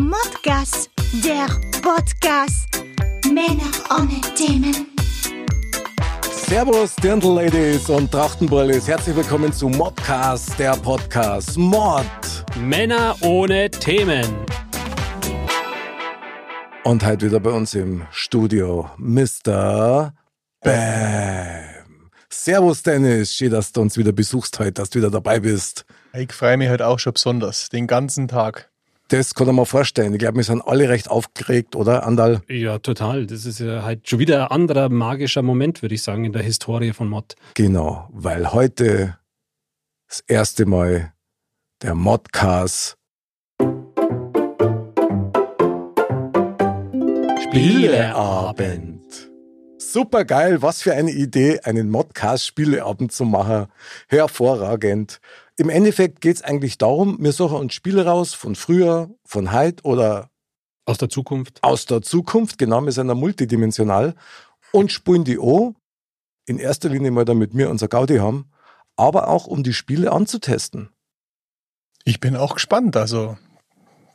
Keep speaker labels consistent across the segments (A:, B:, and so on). A: Modcast, der Podcast. Männer ohne Themen.
B: Servus, Dirndl-Ladies und Trachtenbrillis. Herzlich willkommen zu Modcast, der Podcast. Mod.
C: Männer ohne Themen.
B: Und heute wieder bei uns im Studio Mr. Bam. Servus, Dennis. Schön, dass du uns wieder besuchst heute, dass du wieder dabei bist.
D: Ich freue mich heute auch schon besonders, den ganzen Tag.
B: Das kann ich mir vorstellen. Ich glaube, wir sind alle recht aufgeregt, oder, Andal?
C: Ja, total. Das ist ja halt schon wieder ein anderer magischer Moment, würde ich sagen, in der Historie von Mod.
B: Genau, weil heute das erste Mal der Modcast Spieleabend. Super geil, was für eine Idee, einen Modcast-Spieleabend zu machen. Hervorragend. Im Endeffekt geht es eigentlich darum, wir suchen uns Spiele raus von früher, von heute oder
C: Aus der Zukunft.
B: aus der Zukunft, genau, wir sind ja multidimensional und spielen die an. In erster Linie mal damit wir unser Gaudi haben, aber auch um die Spiele anzutesten.
D: Ich bin auch gespannt, also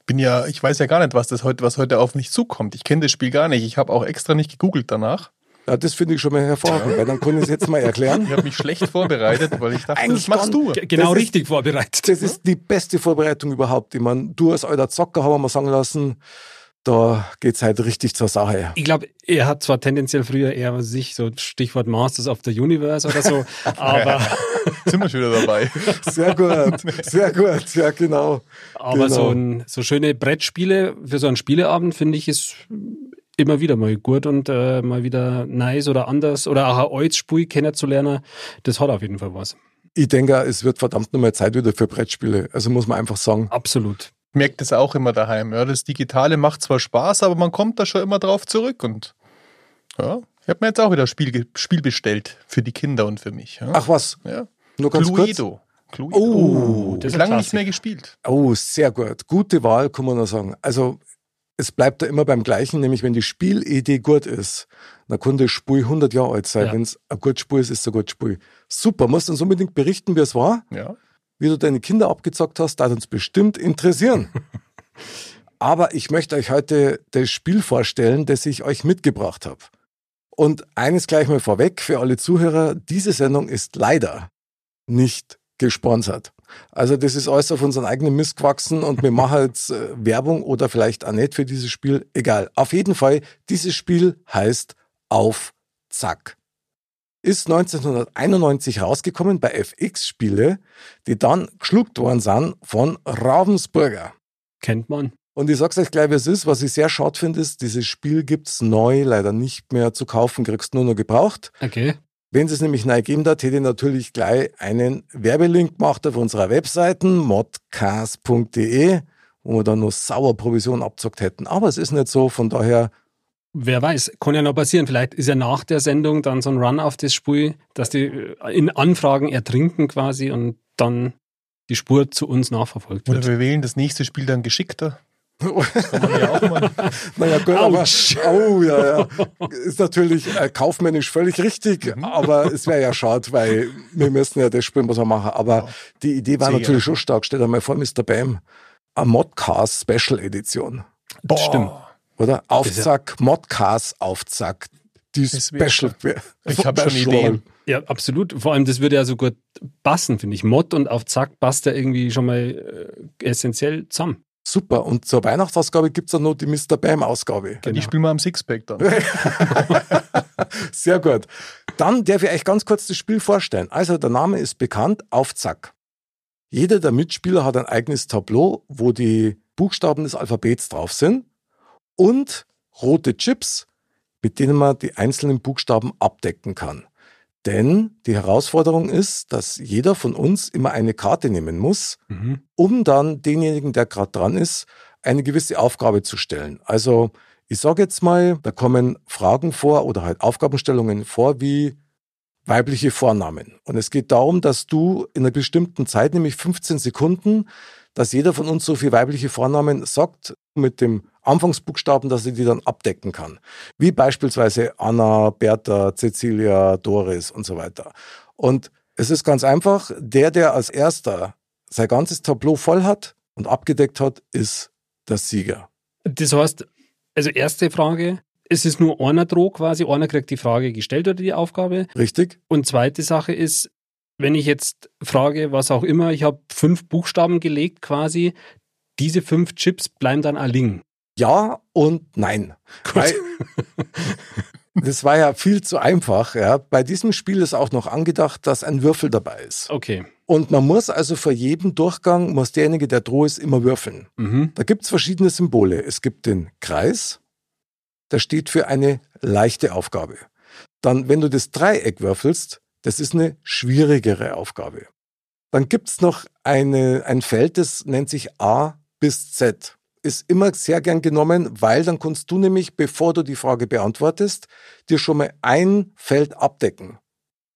D: bin ja, ich weiß ja gar nicht, was das heute, was heute auf mich zukommt. Ich kenne das Spiel gar nicht. Ich habe auch extra nicht gegoogelt danach.
B: Ja, das finde ich schon mal hervorragend, weil dann kann ich es jetzt mal erklären.
D: Ich habe mich schlecht vorbereitet, weil ich dachte,
B: Eigentlich
D: das machst
B: gar
D: du.
C: G- Genau
B: Das ist-
C: richtig vorbereitet.
B: Das ist die beste Vorbereitung überhaupt. Ich meine, du als alter Zocker haben wir mal sagen lassen, da geht's halt richtig zur Sache.
C: Ich glaube, er hat zwar tendenziell früher eher sich so Stichwort Masters of the Universe oder so, aber,
D: Sind wir schon wieder dabei.
B: Sehr gut, sehr gut, ja genau.
C: aber
B: Genau.
C: so, ein, so schöne Brettspiele für so einen Spieleabend finde ich ist immer wieder mal gut und äh, mal wieder nice oder anders oder auch ein altes Spiel kennenzulernen. Das hat auf jeden Fall was.
B: Ich denke, es wird verdammt nochmal Zeit wieder für Brettspiele. Also muss man einfach sagen,
C: Absolut.
D: Ich merke das auch immer daheim. Ja, das Digitale macht zwar Spaß, aber man kommt da schon immer drauf zurück. Und ja, ich habe mir jetzt auch wieder Spiel, ge- Spiel bestellt für die Kinder und für mich. Ja.
B: ach was,
D: ja.
B: nur ganz kurz.
D: Cluedo. Cluedo.
B: Oh,
C: das ist ein
D: lange nicht
C: Klassiker.
D: mehr gespielt.
B: Oh, sehr gut. Gute Wahl, kann man nur sagen. Also, es bleibt da immer beim Gleichen, nämlich wenn die Spielidee gut ist, dann kann das Spiel 100 Jahre alt sein.
C: Ja.
B: Wenn es ein gutes Spiel ist, ist es ein gutes Spiel. Super, musst uns unbedingt berichten, wie es war,
D: Ja.
B: wie du deine Kinder abgezockt hast, das uns bestimmt interessieren. Aber ich möchte euch heute das Spiel vorstellen, das ich euch mitgebracht habe. Und eines gleich mal vorweg für alle Zuhörer, diese Sendung ist leider nicht gesponsert. Also das ist alles auf unseren eigenen Mist gewachsen und wir machen jetzt äh, Werbung oder vielleicht auch nicht für dieses Spiel, egal. Auf jeden Fall, dieses Spiel heißt Auf Zack. Ist 1991 rausgekommen bei FX-Spiele, die dann geschluckt worden sind von Ravensburger.
C: Kennt man.
B: Und ich sag's euch gleich, wie es ist. Was ich sehr schade finde, ist, dieses Spiel gibt's neu leider nicht mehr zu kaufen, kriegst nur noch gebraucht.
C: Okay.
B: Wenn es nämlich neu geben darf, hätte ich natürlich gleich einen Werbelink gemacht auf unserer Webseite modcast.de, wo wir dann noch sauer Provision abzockt hätten. Aber es ist nicht so, von daher,
C: Wer weiß, kann ja noch passieren. Vielleicht ist ja nach der Sendung dann so ein Run auf das Spiel, dass die äh, in Anfragen ertrinken quasi und dann die Spur zu uns nachverfolgt
D: Oder
C: wird.
D: wir wählen das nächste Spiel dann geschickter. Das kann man ja auch mal.
B: naja, gut, aber, oh, ja, ja, ist natürlich äh, kaufmännisch völlig richtig,
D: Mhm.
B: aber es wäre ja schade, weil wir müssen ja das spielen, was wir machen. Aber die Idee war
D: Genau. Sehr.
B: natürlich schon stark. Stellt einmal vor, Mr. Bam, eine Modcast Special Edition.
D: Boah.
C: Stimmt.
B: Oder?
C: Das ist
B: Aufzack, Modcast Aufzack. Die
D: Das wär-
B: Special.
D: Ich hab schon
B: Special.
D: Ideen.
C: Ja, absolut. Vor allem, das würde ja so gut passen, finde ich. Mod und auf Zack passt ja irgendwie schon mal äh, essentiell zusammen.
B: Super. Und zur Weihnachtsausgabe gibt's dann noch die Mr. Bam-Ausgabe.
D: Die
C: Genau.
D: spielen wir am Sixpack dann.
B: Sehr gut. Dann darf ich euch ganz kurz das Spiel vorstellen. Also, der Name ist bekannt, Aufzack. Jeder der Mitspieler hat ein eigenes Tableau, wo die Buchstaben des Alphabets drauf sind und rote Chips, mit denen man die einzelnen Buchstaben abdecken kann. Denn die Herausforderung ist, dass jeder von uns immer eine Karte nehmen muss,
D: Mhm.
B: um dann denjenigen, der gerade dran ist, eine gewisse Aufgabe zu stellen. Also ich sage jetzt mal, da kommen Fragen vor oder halt Aufgabenstellungen vor wie weibliche Vornamen. Und es geht darum, dass du in einer bestimmten Zeit, nämlich 15 Sekunden, dass jeder von uns so viel weibliche Vornamen sagt mit dem Anfangsbuchstaben, dass ich die dann abdecken kann. Wie beispielsweise Anna, Bertha, Cecilia, Doris und so weiter. Und es ist ganz einfach, der, der als erster sein ganzes Tableau voll hat und abgedeckt hat, ist der Sieger.
C: Das heißt, also erste Frage, es ist nur einer droh quasi, einer kriegt die Frage gestellt oder die Aufgabe.
B: Richtig?
C: Und zweite Sache ist, wenn ich jetzt frage, was auch immer, ich habe fünf Buchstaben gelegt quasi, diese fünf Chips bleiben dann auch liegen.
B: Ja und nein. Weil, das war ja viel zu einfach. Ja. Bei diesem Spiel ist auch noch angedacht, dass ein Würfel dabei ist.
C: Okay.
B: Und man muss also vor jedem Durchgang, muss derjenige, der droh ist, immer würfeln.
C: Mhm.
B: Da gibt es verschiedene Symbole. Es gibt den Kreis, der steht für eine leichte Aufgabe. Dann, wenn du das Dreieck würfelst, das ist eine schwierigere Aufgabe. Dann gibt es noch eine, ein Feld, das nennt sich A bis Z. Ist immer sehr gern genommen, weil dann kannst du nämlich, bevor du die Frage beantwortest, dir schon mal ein Feld abdecken.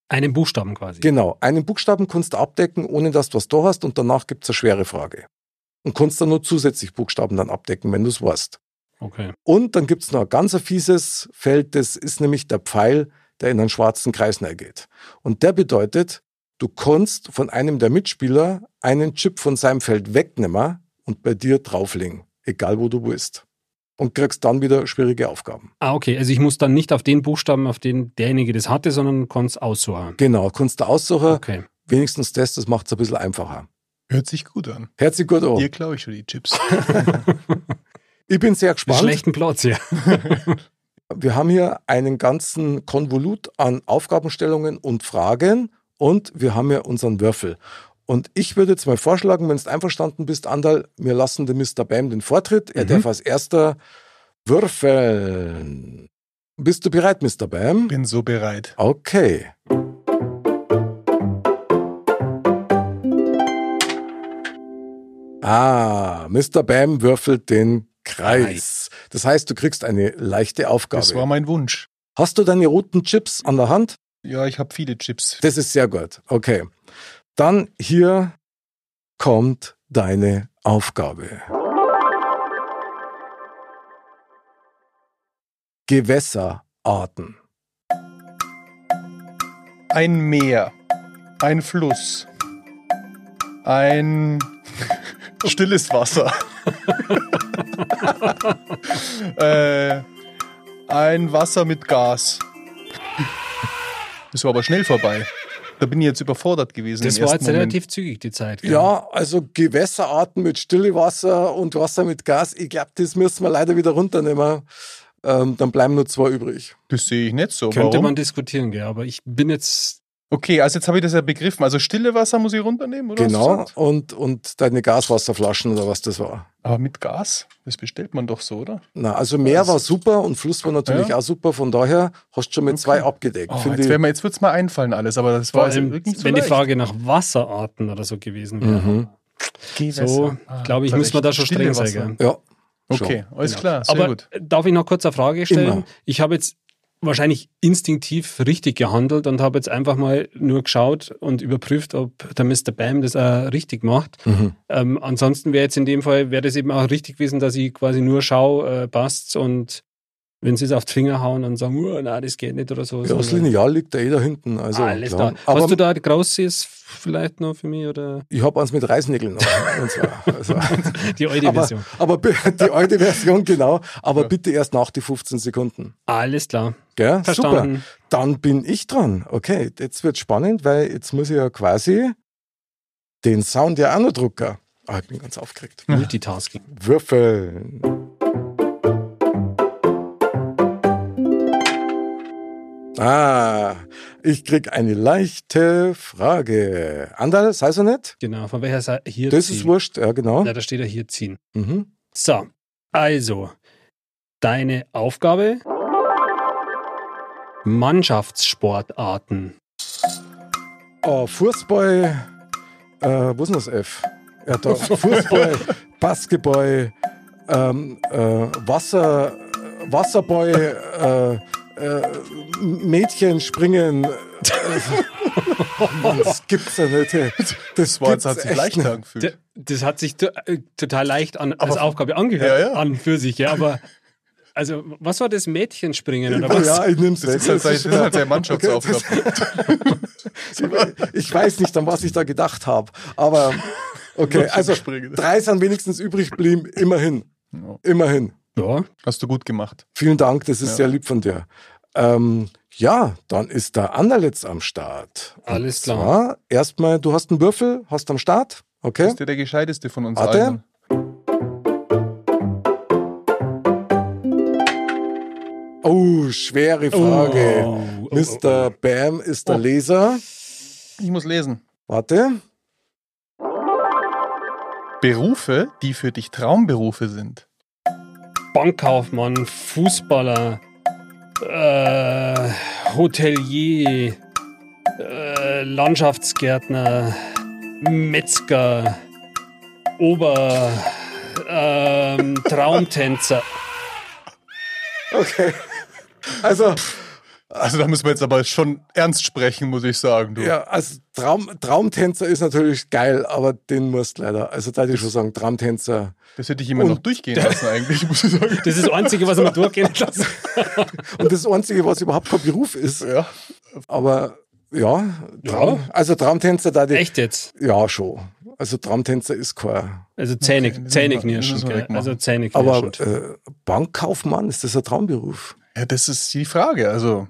C: Einen Buchstaben quasi.
B: Genau, einen Buchstaben kannst du abdecken, ohne dass du was da hast und danach gibt es eine schwere Frage. Und kannst dann nur zusätzlich Buchstaben dann abdecken, wenn du es weißt.
C: Okay.
B: Und dann gibt's noch ein ganz ein fieses Feld, das ist nämlich der Pfeil, der in einen schwarzen Kreis näher geht. Und der bedeutet, du kannst von einem der Mitspieler einen Chip von seinem Feld wegnehmen und bei dir drauflegen, egal wo du bist. Und kriegst dann wieder schwierige Aufgaben.
C: Ah, okay. Also ich muss dann nicht auf den Buchstaben, auf den derjenige das hatte, sondern kann es aussuchen.
B: Genau, kannst du
D: Äh,
B: aussuchen,
C: Okay.
B: wenigstens das, das macht's ein bisschen einfacher.
D: Hört sich gut an.
B: Herzlich gut
C: Oh.
B: an.
D: Dir klaue ich schon die Chips.
B: Ich bin sehr
C: Mit
B: gespannt.
C: schlechten Platz, ja.
B: Wir haben hier einen ganzen Konvolut an Aufgabenstellungen und Fragen und wir haben hier unseren Würfel. Und ich würde jetzt mal vorschlagen, wenn du einverstanden bist, Andal, wir lassen dem Mr. Bam den Vortritt. Er
C: Mhm.
B: darf als erster würfeln. Bist du bereit, Mr. Bam?
D: Bin so bereit.
B: Okay. Ah, Mr. Bam würfelt den Kreis. Das heißt, du kriegst eine leichte Aufgabe.
D: Das war mein Wunsch.
B: Hast du deine roten Chips an der Hand?
D: Ja, ich habe viele Chips.
B: Das ist sehr gut. Okay. Dann hier kommt deine Aufgabe. Gewässerarten.
D: Ein Meer. Ein Fluss. Ein stilles Wasser. äh, ein Wasser mit Gas. Das war aber schnell vorbei. Da bin ich jetzt überfordert gewesen.
C: Das
D: im
C: war
D: ersten
C: jetzt
D: Moment.
C: relativ zügig, die Zeit. gell?
B: Ja, also Gewässerarten mit Stillewasser und Wasser mit Gas. Ich glaube, das müssen wir leider wieder runternehmen. Ähm, dann bleiben nur zwei übrig.
D: Das sehe ich nicht so.
C: Könnte
D: Warum?
C: man diskutieren, gell? aber ich bin jetzt.
D: okay, also jetzt habe ich das ja begriffen. Also stille Wasser muss ich runternehmen, oder? Hast du
B: genau.
D: gesagt?
B: Und, und deine Gaswasserflaschen oder was das war.
D: Aber mit Gas? Das bestellt man doch so, oder?
B: Na, also Meer war super und Fluss war natürlich
D: Ja.
B: auch super. Von daher hast du schon mit zwei abgedeckt.
D: Oh,
B: Find
D: jetzt
B: ich-
D: wär mir- jetzt wird es mal einfallen alles, aber das war
C: Vor
D: jetzt
C: allem,
D: wirklich so
C: wenn die
D: leicht.
C: Frage nach Wasserarten oder so gewesen wäre.
B: Mhm.
C: So, glaube ich, muss man da schon streng sein. gell?
B: ja.
D: Also Okay, alles
C: Genau.
D: klar, sehr
C: Aber
D: gut.
C: darf ich noch kurz eine Frage stellen?
B: Immer.
C: Ich habe jetzt wahrscheinlich instinktiv richtig gehandelt und habe jetzt einfach mal nur geschaut und überprüft, ob der Mr. Bam das auch richtig macht.
B: Schon. Mhm.
C: Ähm, ansonsten wäre jetzt in dem Fall, wäre das eben auch richtig gewesen, dass ich quasi nur schaue, äh, passt's und wenn sie es auf die Finger hauen und sagen, uh, nein, das geht nicht oder so.
B: Ja, das
C: sondern-
B: Lineal liegt ja eh da hinten. Also,
C: Ah, Alles
B: klar.
C: klar.
B: Aber
C: Hast du da ein großes vielleicht noch für mich oder
B: ich habe eins mit Reisnägeln. noch. und zwar, also,
C: die alte
B: aber,
C: Version?
B: aber bi- die alte Version, genau. Aber bitte erst nach die 15 Sekunden.
C: Alles klar.
B: Gell? Super.
C: Verstanden.
B: Dann bin ich dran. Okay, jetzt wird spannend, weil jetzt muss ich ja quasi den Sound ja auch noch drucken. Ah, ich bin ganz aufgeregt.
C: Multitasking.
B: Würfeln. Ah, ich krieg eine leichte Frage. Andal, sei so nett.
C: Genau. Von welcher Seite? Hier
B: Das
C: ziehen.
B: ist wurscht, ja genau.
C: Ja, da steht ja hier ziehen.
B: Mhm.
C: So, also, deine Aufgabe: Mannschaftssportarten.
B: Oh, Fußball, äh, wo ist denn das F? Ja, da, Fußball, Basketball, ähm, äh, Wasser, äh, Wasserball, äh, äh, M- Mädchen springen. Äh, Mann, das gibt's ja nicht. Hey.
D: Das war jetzt hat
B: gibt's
D: sich
B: echt
D: leichter
B: nicht.
D: angefühlt.
C: D- Das hat sich to- äh, total leicht an, als
D: Aber-
C: Aufgabe angehört,
D: Ja, ja.
C: an für sich, ja, aber. Also, was war das Mädchenspringen oder was?
B: Ja, ich nimm's
D: das,
B: weg.
D: ist halt, das ist halt seine Mannschaftsaufgabe.
B: Ich weiß nicht, an was ich da gedacht habe. Aber okay, also
D: Springen.
B: drei sind wenigstens übrig geblieben, immerhin. Immerhin.
C: Ja,
D: Hast du gut gemacht.
B: Vielen Dank, das ist
D: Ja.
B: sehr lieb von dir. Ähm, ja, dann ist der Anderletz am Start. Und
C: Alles klar.
B: Zwar erstmal, du hast einen Würfel, hast am Start, okay?
D: Ist ja der gescheiteste von uns
B: Hat er?
D: allen.
B: Oh, schwere Frage.
C: Oh,
B: Mr. Bam ist der
D: Oh.
B: Leser.
D: Ich muss lesen.
B: Warte.
D: Berufe, die für dich Traumberufe sind.
C: Bankkaufmann, Fußballer, äh, Hotelier, äh, Landschaftsgärtner, Metzger, Ober, ähm, Traumtänzer.
B: Okay. Also,
D: Also da müssen wir jetzt aber schon ernst sprechen, muss ich sagen. Du.
B: ja, also Traum, Traumtänzer ist natürlich geil, aber den musst leider. Also, da würde ich schon sagen, Traumtänzer.
D: Das hätte ich immer noch durchgehen lassen eigentlich, muss ich sagen.
C: Das ist das Einzige, was ich mir durchgehen lasse.
B: Und das Einzige, was überhaupt kein Beruf ist.
D: Ja.
B: Aber ja, Traum,
C: Ja.
B: also Traumtänzer, da die.
C: Echt jetzt?
B: Ja, schon. Also, Traumtänzer ist kein.
C: Also Zähne,
D: müssen
C: Zähne
D: wir-
C: knirschen.
D: müssen wir
C: gell?
D: wegmachen.
C: Also Zähne
B: Aber
C: knirschen.
B: äh, Bankkaufmann, ist das ein Traumberuf?
D: ja, das ist die Frage. Also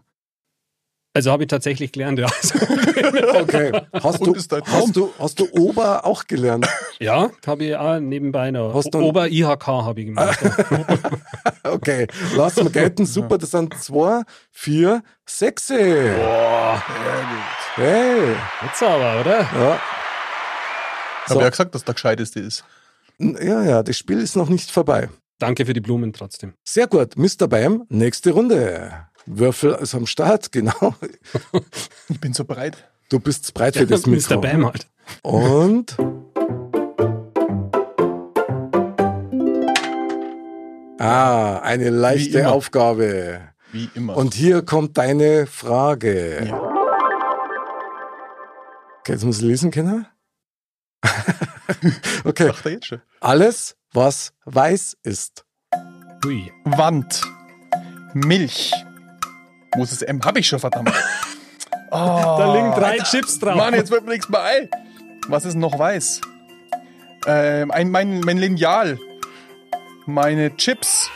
C: Also habe ich tatsächlich gelernt, ja.
B: Okay. Hast
D: Und
B: du,
D: ist dein Traum?
B: hast du, hast du Ober auch gelernt?
C: Ja, habe ich auch nebenbei noch.
B: Hast du-
C: Ober-IHK habe ich gemacht.
B: Okay, lass mal gelten. Super, das sind zwei, vier, sechs.
C: Boah,
B: Hey,
C: jetzt aber, oder?
B: ja.
D: Ich habe ja gesagt, dass der gescheiteste ist.
B: ja, ja, das Spiel ist noch nicht vorbei.
C: Danke für die Blumen trotzdem.
B: Sehr gut, Mr. Beim, nächste Runde. Würfel ist am Start, genau.
D: Ich bin so bereit.
B: Du bist breit für das Mikro.
C: Mr. Bam halt.
B: Und Ah, eine
D: Wie
B: leichte
D: immer.
B: Aufgabe.
D: Wie immer.
B: Und hier kommt deine Frage.
D: Ja.
B: Okay, jetzt muss ich lesen können. okay.
D: Sagt er jetzt schon.
B: Alles, was weiß ist.
C: Ui.
D: Wand. Milch. Wo ist das M? Hab ich schon, verdammt. Oh,
C: Da liegen drei Chips drauf.
D: Mann, jetzt wird mir nichts mehr ein. Was ist noch weiß? Ähm, ein, mein, mein Lineal. Meine Chips.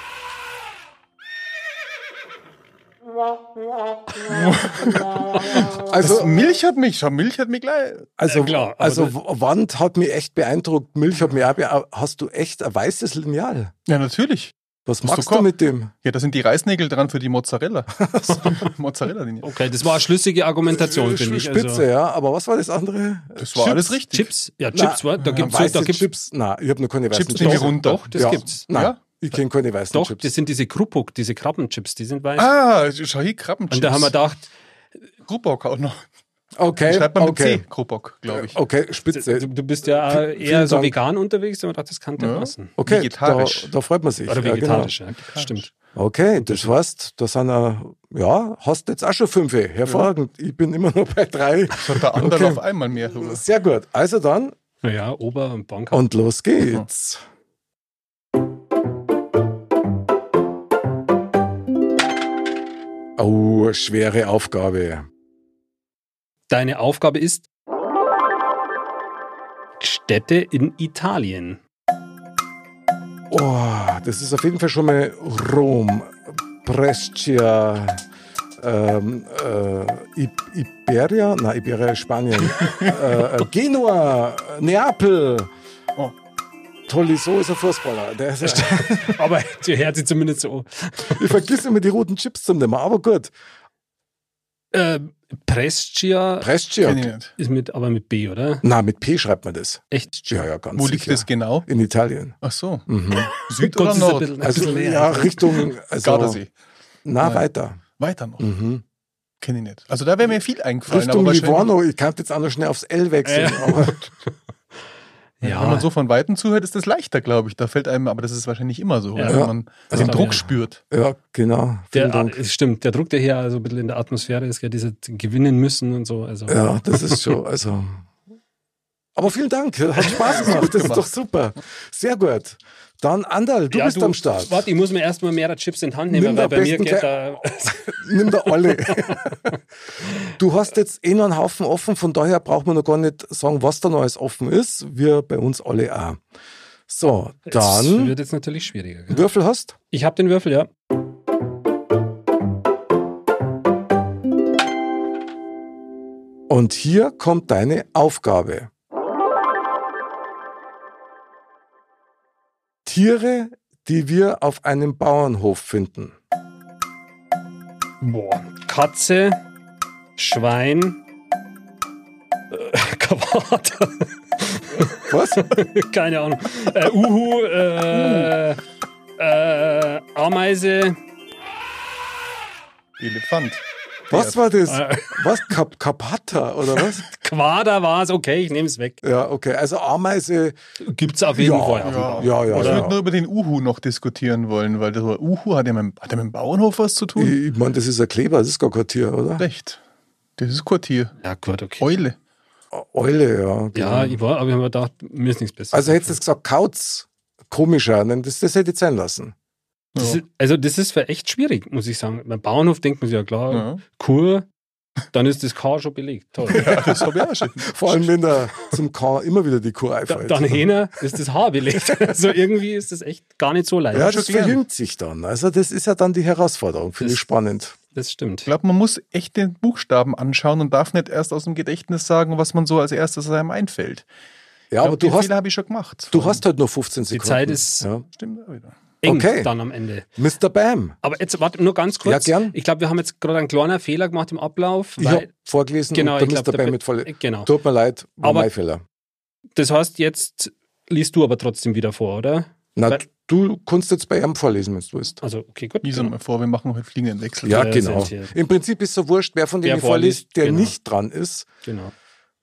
D: Das
B: Also,
D: Milch hat mich. schon. Milch hat mich gleich.
B: also,
C: äh, klar, aber
B: also
C: das-
B: W- Wand hat mich echt beeindruckt. Milch hat mich auch beeindruckt. Hast du echt ein weißes Lineal?
D: Ja, natürlich.
B: Was
D: du
B: machst du
D: gehabt?
B: mit dem?
D: Ja, da sind die Reisnägel dran für die Mozzarella. Mozzarella-Linie.
C: Okay, das war eine schlüssige Argumentation, finde ich.
B: Spitze, ja. Aber was war das andere?
D: also. Das war
C: Chips,
D: alles richtig.
C: Chips, ja, Chips,
B: Na,
C: war, da gibt's
B: weiße
C: da gibt's,
B: Chips. Nein, ich habe noch keine weißen
D: Chips nehme
B: Chips.
D: ich runter.
C: Doch, das
B: Ja.
C: gibt's.
B: Nein,
D: Ja?
B: ich kenne keine weißen
C: Doch,
B: Chips.
C: das sind diese Kruppuck, diese Krabbenchips, die sind weiß.
D: Ah, schau hier, Krabbenchips.
C: Und da haben wir Äh, gedacht,
D: Grubbock auch noch.
B: okay,
D: Schreibt man
B: okay.
D: mit C, Grubbock, glaube ich.
B: Okay,
C: du,
B: spitze.
C: du bist ja auch
B: Vielen
C: eher so
B: Dank.
C: vegan unterwegs, aber das kann der
D: Ja.
C: passen.
B: Okay,
D: Vegetarisch.
B: Da, da freut man sich.
C: Oder
B: Ja, genau.
C: vegetarisch, ja, stimmt.
B: Okay, das heißt, da sind wir, ja, hast jetzt auch schon fünf. eh? Hervorragend. Ich bin immer noch bei drei.
D: Das hat der andere
B: Okay.
D: auf einmal mehr. Oder?
B: Sehr gut. Also dann,
C: Naja, Ober- und Bank.
B: und los geht's.
D: Mhm.
B: Oh, schwere Aufgabe.
C: Deine Aufgabe ist Städte in Italien.
B: Oh, das ist auf jeden Fall schon mal Rom, Brescia, ähm, äh, I Iberia, na Iberia ist Spanien, äh, äh, Genua, äh, Neapel.
D: Oh.
B: Tolisso ist ein Fußballer. Der ist,
C: Aber die hört sich zumindest so.
B: ich vergiss immer die roten Chips zum Nehmen, aber gut.
C: Äh, Prescia
B: Brescia.
D: Kenn ich nicht.
C: ist mit, aber mit B, oder?
B: Na, mit P schreibt man das.
C: Echt?
B: Ja, ja, ganz
D: Wo liegt
B: sicher.
D: das genau?
B: In Italien.
D: Ach so.
B: Mhm.
D: Süd
C: Gott, das
D: oder
C: ist ein
D: Nord?
C: bisschen- ein
B: Also,
C: bisschen leer.
B: ja, Richtung. Also,
D: Gardasee.
B: na,
D: Nein.
B: weiter.
D: Weiter noch.
B: Mhm.
D: Kenn ich nicht. Also da wäre mir viel eingefallen.
B: Richtung
D: aber wahrscheinlich-
B: Livorno. Ich kann jetzt auch noch schnell aufs L wechseln.
C: Äh.
B: Aber
C: Ja.
D: Wenn man so von Weitem zuhört, ist das leichter, glaube ich. Da fällt einem, aber das ist wahrscheinlich immer so,
C: Ja.
D: wenn man
C: Das
D: den
C: glaub
D: Druck
C: ich.
D: spürt.
B: Ja, genau. Vielen
C: Der,
B: Dank.
C: es stimmt, der Druck, der hier also ein bisschen in der Atmosphäre ist, ja, diese gewinnen müssen und so. Also,
B: Ja, das ist schon, also. Aber vielen Dank, hat Spaß gemacht, das ist
D: gemacht.
B: doch super. Sehr gut. Dann Andal, du
C: Ja,
B: bist am Start.
C: Warte, ich muss mir erstmal mehrere Chips in die Hand nehmen,
B: Nimm
C: weil
B: am
C: bei mir
B: besten
C: geht da.
B: gleich- Nimm da alle. du hast jetzt eh noch einen Haufen offen, von daher braucht man noch gar nicht sagen, was da noch alles offen ist. Wir bei uns alle auch. So,
C: Das
B: dann
C: wird jetzt natürlich schwieriger. Gell?
B: Würfel hast.
C: Ich habe den Würfel, ja.
B: Und hier kommt deine Aufgabe. Tiere, die wir auf einem Bauernhof finden.
C: Boah. Katze, Schwein, äh, Kawater.
B: Was?
C: Keine Ahnung. Äh, Uhu, äh, äh, Ameise.
D: Elefant.
B: Was war das?
C: Äh,
B: Was? Kap Kapata oder was?
C: Quader war es, okay, ich nehme es weg.
B: Ja, okay. Also Ameise.
C: Gibt's auf jeden
B: ja,
C: Fall.
B: Ja, ja, ja.
D: ich würde nur über den Uhu noch diskutieren wollen, weil der Uhu hat ja mit, hat er mit dem Bauernhof was zu tun?
B: Ich meine, das ist ein Kleber, das ist gar kein Tier, oder?
D: Recht. Das ist Quartier.
C: Ja, gut, okay.
D: Eule.
B: Eule, ja. genau.
C: Ja, ich war, aber ich habe mir gedacht, mir ist nichts besser.
B: Also hättest du gesagt, Kauz, komischer, ne? das, das hätte ich sein lassen.
C: das ist, also das ist für echt schwierig, muss ich sagen. Beim Bauernhof denkt man sich ja klar,
D: Ja.
C: Kur, dann ist das K schon belegt. Toll.
D: Das habe ich auch schon.
B: Vor allem, wenn da zum K immer wieder die Kuh
C: Da,
B: einfällt.
C: dann Hähner ist das Haar belegt. Also irgendwie ist das echt gar nicht so leicht.
B: ja, das
D: schon gern.
B: verjüngt sich dann. Also das ist ja dann die Herausforderung, finde ich
C: Das-
B: spannend.
C: Das
D: Ich
C: stimmt.
D: glaube, man muss echt den Buchstaben anschauen und darf nicht erst aus dem Gedächtnis sagen, was man so als erstes einem einfällt.
B: Ja,
D: Ich
B: aber
D: glaub,
B: du
D: den
B: hast,
D: Fehler habe ich schon gemacht.
B: du hast halt nur 15 Sekunden.
C: Zeit ist-
B: Ja.
D: Stimmt auch wieder.
C: Eng
B: Okay.
C: dann am Ende.
B: Mr. Bam,
C: Aber jetzt, warte, nur ganz kurz.
B: Ja, gern.
C: Ich glaube, wir haben jetzt gerade einen kleinen Fehler gemacht im Ablauf.
B: ich habe
C: Weil,
B: vorgelesen
C: genau,
B: und
C: ich
B: der
C: glaube,
B: Mr. Bam mit voll...
C: Genau.
B: Tut mir leid, war
C: Aber-
B: mein Fehler.
C: Das heißt, jetzt liest du aber trotzdem wieder vor, oder?
B: Na,
C: Weil-
B: du kannst jetzt bei ihm vorlesen, wenn du willst.
C: Also, okay, gut.
D: Lies mal vor, wir machen heute fliegenden Wechsel.
B: Ja,
C: Ja,
B: genau.
C: sind hier-
B: Im Prinzip ist so wurscht, wer von
C: Wer
B: denen vorliest,
C: vorliest,
B: der
C: genau.
B: nicht dran ist.
C: Genau.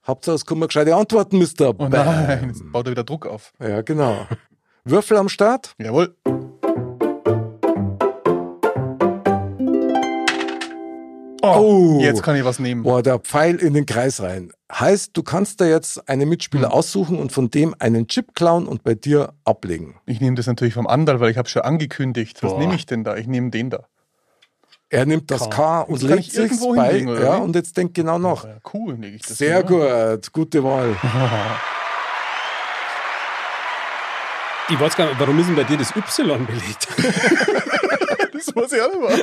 B: Hauptsache, es kommen gescheite Antworten, Mr.
D: Oh
B: Bam.
D: nein, jetzt baut er wieder Druck auf.
B: Ja, genau. Würfel am Start.
D: Jawohl.
B: Oh.
D: Oh, Jetzt kann ich was nehmen.
B: Boah, der Pfeil in den Kreis rein. Heißt, du kannst da jetzt einen Mitspieler
D: Hm.
B: aussuchen und von dem einen Chip klauen und bei dir ablegen.
D: Ich nehme das natürlich vom Andal, weil ich habe schon angekündigt. Was
C: Boah.
D: nehme ich denn da? Ich nehme den da.
B: Er nimmt das
C: K.
B: K und
D: Das kann
B: legt
D: ich
B: sich's
D: irgendwo
B: bei.
D: hinlegen, oder
B: ja,
D: wie?
B: und jetzt denk genau noch.
D: Ah Ja, cool, lege ich das
B: Sehr
D: hin, ne?
B: gut, gute Wahl.
C: Ich weiß gar nicht, warum ist denn bei dir das Y belegt?
D: Das muss ich auch noch machen.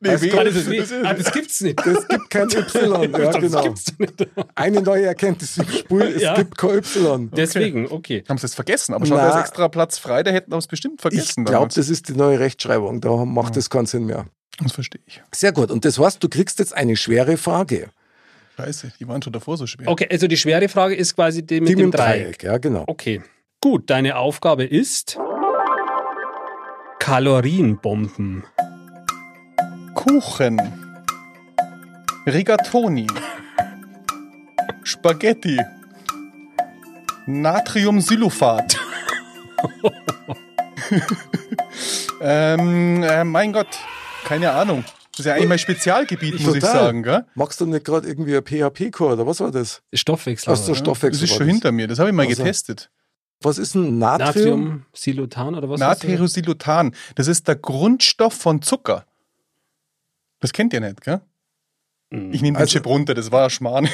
D: Nee,
B: Weiß
D: weh,
B: gar
C: Ah,
B: nicht,
C: das, ist
D: das ist-
C: ah, das gibt's nicht.
B: Es gibt kein Y. Ja,
C: das
B: genau.
C: gibt's doch nicht.
B: Eine neue Erkenntnis im Spiel, es
C: Ja.
B: gibt kein Y.
C: Deswegen, okay.
D: Haben sie es vergessen, aber schon
B: Na.
D: da ist extra Platz frei, da hätten wir es bestimmt
B: Ich
D: vergessen. ne?
B: glaube, das ist die neue Rechtschreibung. Da macht das keinen Sinn mehr.
D: das verstehe ich.
B: Sehr gut. Und das heißt, du kriegst jetzt eine schwere Frage.
D: Scheiße, die waren schon davor so schwer.
C: Okay, also die schwere Frage ist quasi die mit
B: Die
C: dem
B: dem
C: Dreieck.
B: Ja, genau.
C: Okay. Gut, deine Aufgabe ist Kalorienbomben.
D: Kuchen. Rigatoni. Spaghetti. Natriumsylophat. ähm, äh, mein Gott, keine Ahnung. Das ist ja eigentlich mein Spezialgebiet, muss ich
B: Total.
D: sagen. Gell?
B: Magst du nicht gerade irgendwie ein PHP-Core oder was war das?
C: Stoffwechsel.
B: Hast du Stoffwechsel?
D: Das ist
B: war
D: schon hinter mir, das habe ich mal
B: Also,
D: getestet.
B: Was ist ein Natrium?
C: Natrium, Silotan oder was? hast du?
D: Natriumsilotan, das ist der Grundstoff von Zucker. Das kennt ihr nicht, gell? Ich nehme den
B: Also-
D: Chip runter, das war ein Schmarrn.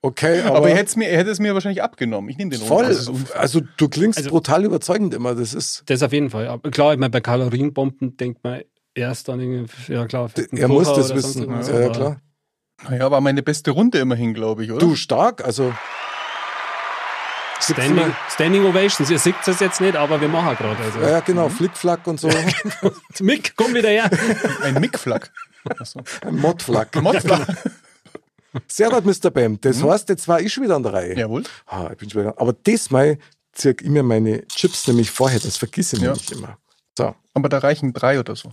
B: Okay, aber,
D: Aber, er, hätte es mir, er hätte es mir wahrscheinlich abgenommen. Ich nehme den
B: voll.
D: runter. Das ist un-
B: Also du klingst
C: Also-
B: brutal überzeugend immer. Das ist.
C: Das auf jeden Fall. Aber klar, ich meine, bei Kalorienbomben denkt man erst an irgendwie, ja klar, fetten
B: Er
C: Kocher
B: muss das
C: oder sonst
B: wissen.
C: irgendwas,
B: Ja, ja,
C: aber
B: klar.
D: Naja, war meine beste Runde immerhin, glaube ich, oder?
B: Du stark, also
C: Standing, Standing Ovations, ihr seht das jetzt nicht, aber wir machen gerade. Also.
B: ja
D: Mhm.
B: genau, Flickflack und so,
C: Mick, komm wieder her.
D: Ein Mickflack. Achso.
B: ein Modflack.
D: Mottflack.
B: Sehr gut, Mr. Bam. Das
D: Mhm.
B: heißt, jetzt war ich schon wieder an der Reihe.
D: Jawohl.
B: Ah, ich bin schon wieder. Aber diesmal zirk ich mir meine Chips nämlich vorher. Das vergesse ich
D: Ja.
B: nämlich immer. So.
D: Aber da reichen drei oder so.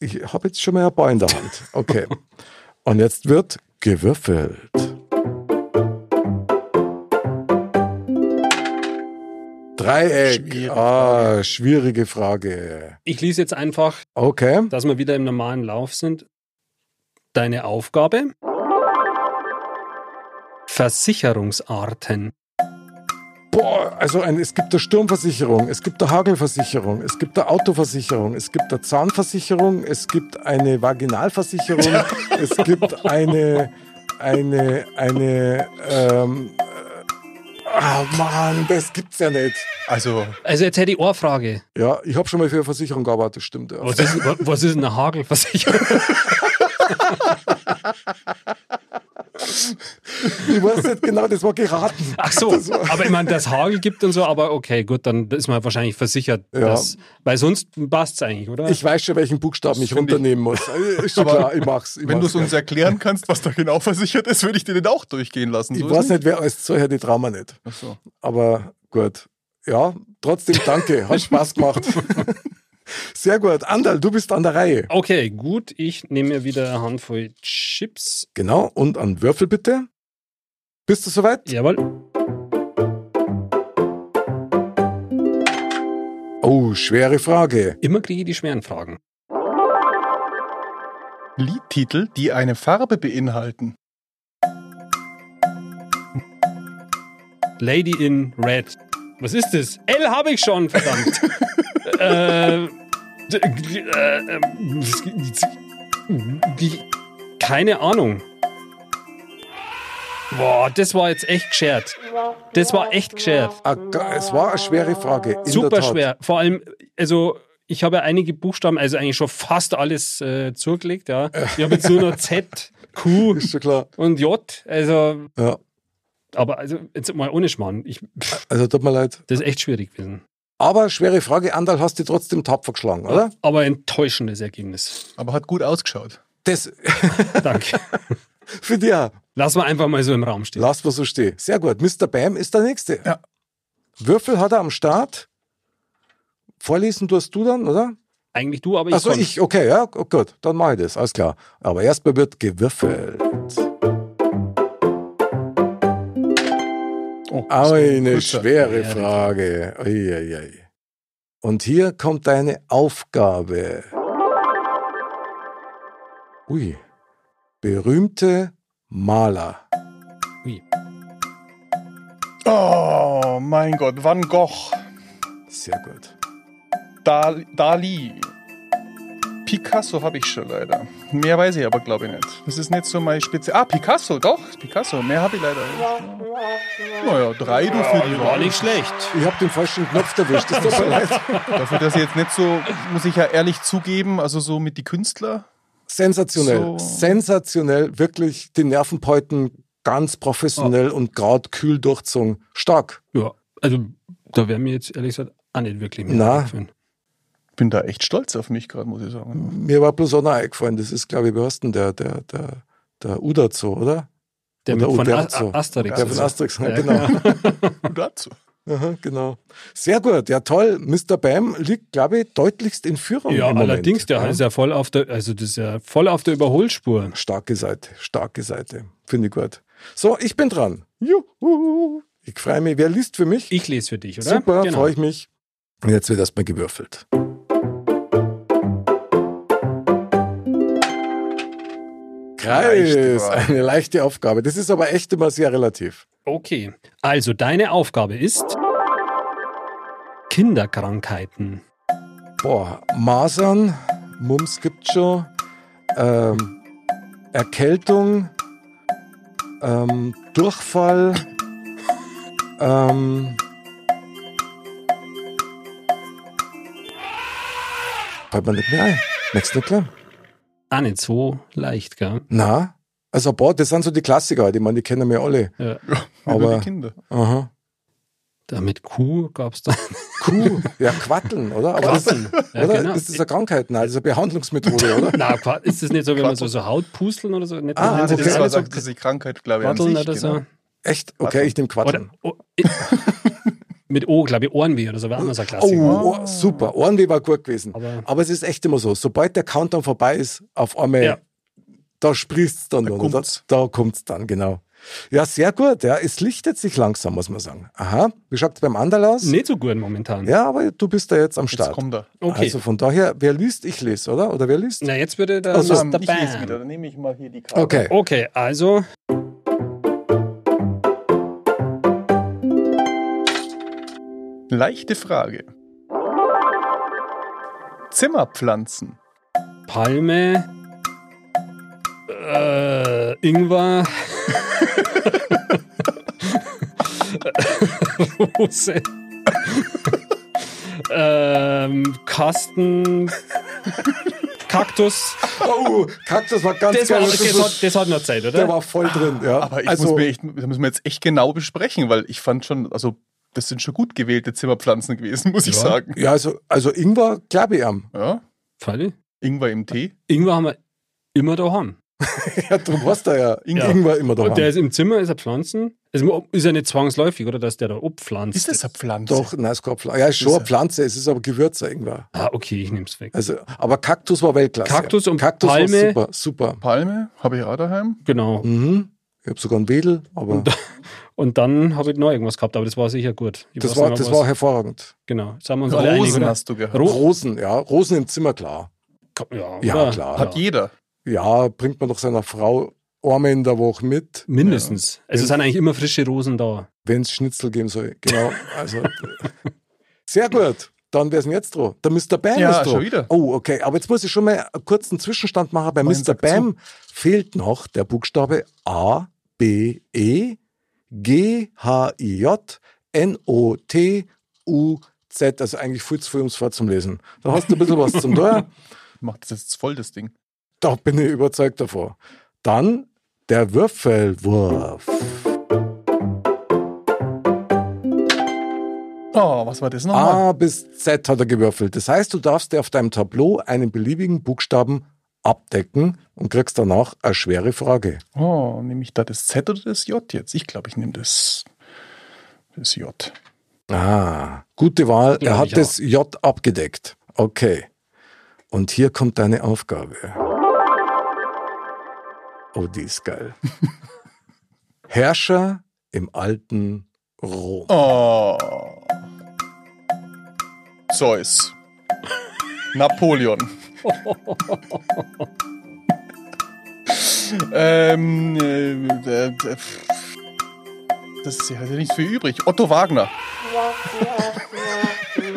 B: Ich habe jetzt schon mal ein paar in der Hand. Okay. Und jetzt wird gewürfelt. Dreieck.
D: Schwierige
B: ah, schwierige Frage.
C: Ich lese jetzt einfach,
B: Okay.
C: dass wir wieder im normalen Lauf sind. Deine Aufgabe? Versicherungsarten.
B: Boah, also ein, es gibt eine Sturmversicherung, es gibt eine Hagelversicherung, es gibt eine Autoversicherung, es gibt eine Zahnversicherung, es gibt eine Vaginalversicherung, es gibt eine, eine, eine, ähm, äh, Oh Mann, das gibt's ja nicht.
D: Also,
C: Also jetzt hätte ich eine Frage.
B: Ja, ich habe schon mal für eine Versicherung gearbeitet, das stimmt. Ja.
C: Was ist, wa- was ist denn eine Hagelversicherung?
B: Ich weiß nicht genau, das war geraten.
C: Ach so, aber ich meine, dass Hagel gibt und so, aber okay, gut, dann ist man wahrscheinlich versichert. Dass, weil sonst passt es eigentlich, oder?
B: Ich weiß schon, welchen Buchstaben
D: Das
B: ich
D: find ich-
B: runternehmen muss. Äh, Ist schon
D: Aber
B: klar, ich mach's. Ich
D: wenn du
B: mach's
D: es uns erklären kannst, was da genau versichert ist, würde ich dir den auch durchgehen lassen.
B: Ich
D: So
B: weiß
D: ist
B: nicht, wer alles zuhört, die trauen wir nicht.
D: Ach so.
B: Aber gut. Ja, trotzdem danke. Hat Spaß gemacht. Sehr gut. Andal, du bist an der Reihe.
C: Okay, gut, ich nehme mir wieder eine Handvoll Chips.
B: Genau. Und an Würfel bitte. Bist du soweit?
C: Jawohl.
B: Oh, schwere Frage.
C: Immer kriege ich die schweren Fragen.
D: Liedtitel, die eine Farbe beinhalten.
C: Lady in Red. Was ist das? L habe ich schon, verdammt. äh, d- g- äh, ähm, s- die- keine Ahnung. Boah, das war jetzt echt geschert. Das war echt geschert.
B: Ah, ga- Es war eine schwere Frage. in der
C: Super
B: Tat.
C: schwer. Vor allem, also ich habe ja einige Buchstaben, also eigentlich schon fast alles äh, zugelegt, ja. Ich habe jetzt nur noch Z, Q
B: Ist schon klar.
C: und J. Also,
B: Ja,
C: aber also jetzt mal ohne Schmarrn. Ich, pff,
B: also tut mir leid.
C: das ist echt schwierig gewesen.
B: Aber schwere Frage, Andal, hast du trotzdem tapfer geschlagen, oder?
C: Aber enttäuschendes Ergebnis.
D: Aber hat gut ausgeschaut.
B: Das
C: Danke.
B: für dich. auch.
C: Lass mal einfach mal so im Raum stehen.
B: Lass mal so stehen. Sehr gut. Mr. Bam ist der Nächste.
D: Ja.
B: Würfel hat er am Start. Vorlesen tust du dann, oder?
C: Eigentlich du, aber ich.
B: Achso,
C: kann.
B: ich, okay, ja, gu- gut, dann mache ich das, alles klar. Aber erstmal wird gewürfelt.
D: Oh, das war ein
B: Eine
D: kurzer.
B: schwere
C: Ja,
B: Frage. Uiuiui. Und hier kommt deine Aufgabe. Ui. Berühmte Maler.
D: Oh mein Gott, Van Gogh,
B: Sehr gut.
D: Dal Dali. Picasso habe ich schon leider. Mehr weiß ich aber, glaube ich nicht. Das ist nicht so mein Spitze. Ah, Picasso, doch, Picasso. Mehr habe ich leider nicht. Naja, drei du für die
C: war
D: Wahl.
C: nicht schlecht.
B: Ich habe den falschen Knopf erwischt, das tut mir leid.
D: Dafür, dass ich jetzt nicht so, muss ich ja ehrlich zugeben, also so mit die Künstler.
B: Sensationell.
D: So.
B: Sensationell, wirklich die Nervenpeuten ganz professionell und grad kühl durchzogen. Stark.
C: Ja, also da wäre mir jetzt ehrlich gesagt auch nicht wirklich mehr
B: Na.
C: eingefallen.
D: Bin da echt stolz auf mich gerade, muss ich sagen.
B: Mir war bloß auch noch eingefallen, das ist, glaube ich, wie heißt denn der, der, der, der Udazo, oder?
C: Der
B: Oder
C: mit von
B: Uderzo.
C: A- A- Asterix.
B: Der
C: und
B: von
C: so.
B: Asterix,
C: Ja,
B: genau.
D: Und dazu.
B: Aha, genau. Sehr gut, ja toll. Mr. Bam liegt, glaube ich, deutlichst in Führung.
C: Ja,
B: im Moment.
C: allerdings, der ist ja voll auf der, also das ist ja voll auf der Überholspur.
B: Starke Seite, starke Seite. Finde ich gut. So, ich bin dran. Juhu. Ich freue mich. Wer liest für mich?
C: Ich lese für dich, oder?
B: Super,
C: genau.
B: freue ich mich. Und jetzt wird erstmal gewürfelt. Kreis,
D: Leichte Wahl.
B: eine leichte Aufgabe. Das ist aber echt immer sehr relativ.
C: Okay. Also, deine Aufgabe ist Kinderkrankheiten.
B: Boah, Masern, Mumps gibt's schon, ähm, Erkältung, ähm, Durchfall, ähm, fällt mir nicht mehr ein. Nächstes nicht klar.
C: Ah, nicht so leicht, gell?
B: Na, also boah, das sind so die Klassiker, halt. ich meine, die kennen wir alle.
C: Ja.
B: Aber-
D: die Kinder.
B: Aha.
C: Da mit Kuh gab es da.
B: Kuh, ja, Quatteln, oder? Aber Quatteln, das,
C: Ja,
B: oder?
C: genau.
B: Das ist eine Krankheit, nein, das ist eine Behandlungsmethode, oder?
C: Na, Qua- ist das nicht so, wenn man so, so Hautpusteln oder so? Nicht
B: Ah,
C: Nein,
D: Also
B: okay.
D: das
C: ist
D: war
C: nicht so
D: so, diese Krankheit, glaube ich, an
C: Quatteln
D: sich.
C: oder so.
D: genau.
B: Echt? Okay, ich nehme Quatteln.
C: Oder, oh, i- mit O, glaube ich, Ohrenweh oder so, war anders ein
B: Oh,
C: Klassiker.
B: oh, super. Ohrenweh war gut gewesen.
C: Aber-
B: Aber, es ist echt immer so, sobald der Countdown vorbei ist, auf einmal,
C: Ja.
B: da sprießt es dann. Da kommt
D: kommt's.
B: Da kommt's dann, genau. Ja, sehr gut. Ja, es lichtet sich langsam, muss man sagen. Aha, wie schaut es beim Anderl aus?
C: Nicht so gut momentan.
B: Ja, aber du bist da jetzt am
D: Jetzt
B: Start.
D: kommt er.
C: Okay.
B: Also von daher, wer liest, ich lese, oder? Oder wer liest?
C: Na, jetzt würde da
B: Also,
C: Mr.
D: ich lese
C: Bam.
D: wieder, dann nehme ich mal hier die Karte.
B: Okay.
C: Okay, also
D: Leichte Frage. Zimmerpflanzen.
C: Palme, äh, Ingwer, Rose. ähm, Kasten. Kaktus.
B: Oh, Kaktus war ganz
C: Das, war,
B: geil.
C: das, hat, das hat noch Zeit,
B: der
C: oder?
B: war voll drin. Ja.
D: Aber ich
B: also,
D: muss mir echt, das müssen wir jetzt echt genau besprechen, weil ich fand schon, also das sind schon gut gewählte Zimmerpflanzen gewesen, muss ich
C: Ja.
D: sagen.
B: ja, also, also Ingwer, glaube ich am.
D: Ja.
C: Falle?
D: Ingwer im Tee.
C: Ingwer haben wir immer daheim.
B: Ja, du warst da ja.
D: Ingwer.
B: Ingwer immer
C: Und der
B: da.
C: ist im Zimmer, ist er Pflanzen. Es ist ja nicht zwangsläufig, oder? Dass der da abpflanzt.
D: Ist das eine Pflanze?
B: Doch, nein, es ist keine Pflanze. Ja, ist schon
D: Ist
B: eine Pflanze, es ist aber Gewürze, Ingwer.
C: Ah, okay, ich nehm's weg.
B: Also, aber Kaktus war Weltklasse.
C: Kaktus und
B: Kaktus war
C: Palme.
B: super, super.
D: Palme habe ich auch daheim.
C: Genau.
B: Mhm. Ich habe sogar einen Wedel, aber
C: Und Und dann habe ich noch irgendwas gehabt, aber das war sicher gut. Ich
B: das
C: weiß
B: war,
C: nicht
B: das
C: mehr,
B: war
C: was-
B: hervorragend.
C: Genau. Sagen wir uns alle einig,
D: ne? Rosen
C: oder?
D: hast du gehabt.
C: Ro-
B: Rosen, ja. Rosen im Zimmer, klar.
C: Ja,
B: Ja,
C: oder?
B: klar.
D: Hat jeder.
B: Ja, bringt man doch seiner Frau einmal in der Woche mit,
C: Mindestens. Also es sind eigentlich immer frische Rosen da.
B: wenn es Schnitzel geben soll. Genau. Also, sehr gut. Dann wäre es jetzt dran. Der Mr. Bam
D: Ja,
B: ist dran.
D: schon wieder.
B: Oh, okay. Aber jetzt muss ich schon mal einen kurzen Zwischenstand machen. Bei
D: Mein
B: Mr.
D: Sack
B: Bam fehlt noch der Buchstabe A, B, E, G, H, I, J, N, O, T, U, Z. Also eigentlich viel zu viel, um es vorzulesen. Da hast du ein bisschen was zum Tor.
D: Macht das jetzt voll, das Ding.
B: Da bin ich überzeugt davon. Dann der Würfelwurf.
D: Oh, was war das nochmal?
B: A bis Z hat er gewürfelt. Das heißt, du darfst dir auf deinem Tableau einen beliebigen Buchstaben abdecken und kriegst danach eine schwere Frage.
D: Oh, nehme ich da das Z oder das J jetzt? Ich glaube, ich nehme das, das J.
B: Ah, gute Wahl.
C: Glaub
B: er hat
C: ich
B: das J abgedeckt. Okay. Und hier kommt deine Aufgabe. Oh, die ist geil. Herrscher im alten Rom.
D: Oh. Zeus. Napoleon. ähm, äh, äh, pff. das ist ja also nichts für übrig. Otto Wagner.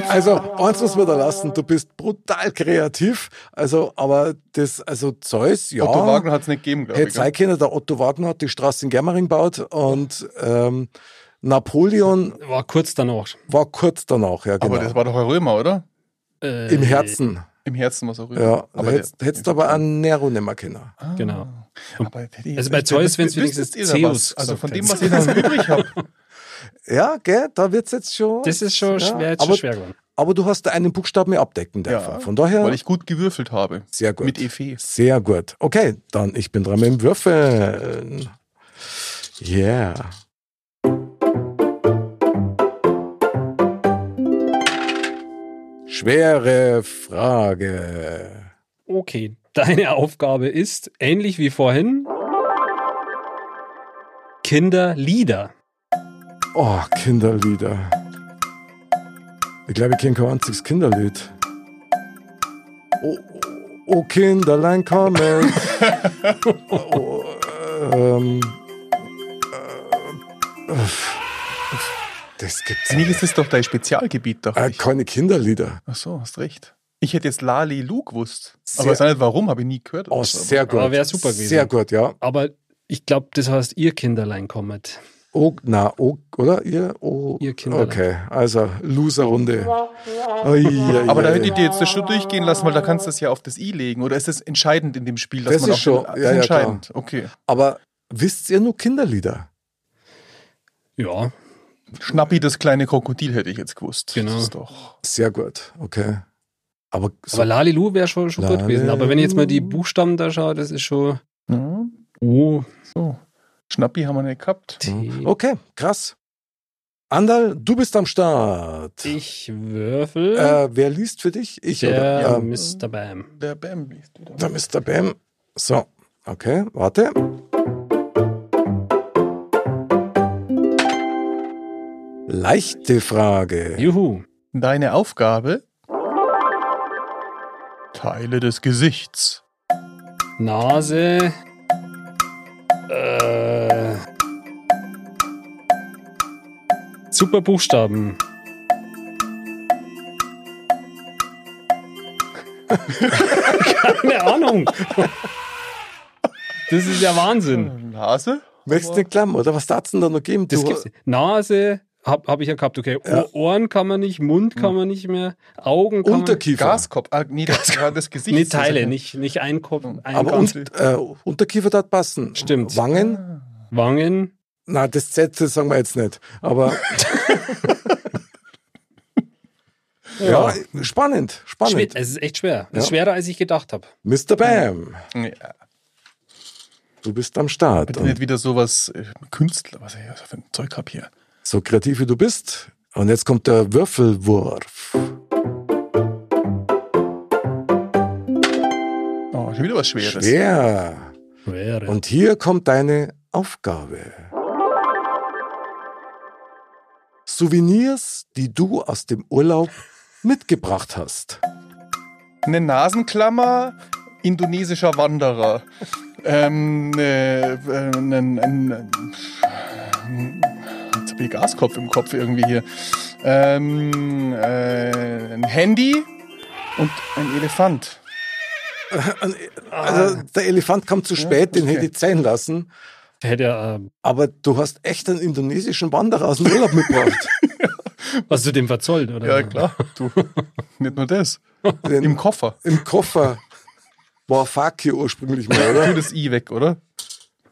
B: Also, eins muss man da lassen, du bist brutal kreativ. Also, aber das, also Zeus, ja.
D: Otto Wagner hat es nicht gegeben, glaube
B: Hätte
D: ich. gell?
B: sein können, der Otto Wagner hat die Straße in Germering gebaut und ähm, Napoleon
C: War kurz danach.
B: war kurz danach, ja genau.
D: Aber das war doch ein Römer, oder?
C: Äh,
B: Im Herzen,
D: Im Herzen was auch Römer.
B: ja.
D: aber
B: Aber hättest,
D: der-
B: hättest aber an Nero nimmer kennen.
D: Ah.
C: Genau.
D: Aber hätte ich-
C: Also bei Zeus, wenn's wenigstens
D: wüsstet ihr da was.
C: Zeus
D: Also von dem, was
C: gesagt
D: ich dann übrig habe.
B: Ja, gell, da wird's jetzt schon.
C: Das ist schon,
B: ja,
C: schwer, jetzt
B: aber,
C: schon schwer geworden.
B: Aber du hast da einen Buchstaben mehr abdecken dürfen.
D: Ja,
B: Von daher,
D: Weil ich gut gewürfelt habe.
B: sehr gut.
D: Mit E EV.
B: Sehr gut. Okay, dann ich bin dran mit dem Würfeln. Yeah. Schwere Frage.
C: Okay, deine Aufgabe ist, ähnlich wie vorhin, Kinderlieder.
B: Oh, Kinderlieder. Ich glaube, ich kenne kein einziges Kinderlied. Oh, oh, oh Kinderlein, kommen. oh, ähm, äh, das gibt's
D: Eigentlich ist das doch dein Spezialgebiet, dachte
B: Äh,
D: ich.
B: keine Kinderlieder.
D: Ach so, hast recht. Ich hätte jetzt Lali Lu gewusst.
B: Sehr-
D: aber ich weiß nicht warum, habe ich nie gehört.
B: Oh, sehr gut.
C: Aber wär super gewesen.
B: Sehr gut, ja.
C: Aber ich glaube, das heißt, ihr Kinderlein kommet.
B: Oh, na, oh, oder? Ihr, oh,
C: Ihr Kinderlein.
B: Okay, also Loser-Runde. Ui, ui,
D: aber da
B: ui.
D: hätte ich dir jetzt das schon durchgehen lassen, weil da kannst du es ja auf das I legen. Oder ist das entscheidend in dem Spiel?
B: Das
D: man
B: ist
D: auf
B: schon-
D: den-
B: ja,
D: das
B: ja,
D: ist entscheidend. Okay.
B: Aber wisst ihr nur Kinderlieder?
C: Ja,
D: Schnappi, das kleine Krokodil hätte ich jetzt gewusst.
C: Genau.
D: Das ist doch.
B: Sehr gut, okay. Aber, so,
C: aber Lalilu wäre schon, schon gut gewesen. Aber wenn ich jetzt mal die Buchstaben da schaue, das ist schon
D: Ja,
B: Oh.
C: O,
D: so. Schnappi haben wir nicht gehabt.
C: T.
B: okay, krass. Andal, du bist am Start.
C: Ich würfel.
B: Äh, wer liest für dich? Ich,
C: der
B: oder? Ähm,
C: Mr. Bam.
D: Der Bam liest wieder.
B: der Mr. Bam. So, okay, warte. Leichte Frage.
C: Juhu.
D: Deine Aufgabe? Teile des Gesichts.
C: Nase. Äh, super Buchstaben. Keine Ahnung. Das ist ja Wahnsinn.
D: Nase?
B: Hm. Möchtest du äh, nicht glauben, oder? Was darf es denn da noch geben?
C: Das
B: Du-
C: gibt's. nicht. Nase, Habe hab ich ja gehabt, okay. Ohr- Ohren kann man nicht, Mund kann man nicht mehr, Augen kann
B: Unterkiefer.
D: Gaskopf. Ah, nee, das war das
C: man
D: Gesicht.
C: nicht. Nee, Teile, nicht, nicht ein Kopf, ein
B: Aber
C: Kopf,
B: und, äh, Unterkiefer dort passen.
C: Stimmt.
B: Wangen?
C: Wangen.
B: Na, das Z das sagen wir jetzt nicht. Aber ja, spannend,
C: Schwer,
B: spannend.
C: es ist echt schwer. Es
B: Ja.
C: ist schwerer, als ich gedacht habe.
B: Mr. Bam,
D: Ja.
B: du bist am Start.
D: Bitte
B: Und
D: nicht wieder sowas äh, Künstler, was ich was ich für ein Zeug habe hier.
B: so kreativ wie du bist. Und jetzt kommt der Würfelwurf.
D: Oh, schon wieder was Schweres.
B: Schwer.
C: Schwer.
B: Und hier kommt deine Aufgabe. Souvenirs, die du aus dem Urlaub mitgebracht hast.
D: Eine Nasenklammer, indonesischer Wanderer. Ähm, äh, äh, ein, ein, ein, jetzt habe ich Gaskopf im Kopf irgendwie hier. Ähm, äh, ein Handy und ein Elefant.
B: Also der Elefant kam zu spät, den
D: Äh, okay.
B: hätte ich zählen lassen.
C: hätte ja, äh,
B: Aber du hast echt einen indonesischen Wanderer aus dem Urlaub mitgebracht.
C: was du dem verzollt, oder?
D: Ja, klar. Du, nicht nur das.
B: Den
D: Im Koffer.
B: im Koffer war Fakir ursprünglich mal,
D: Tu
B: oder?
D: das I weg, oder?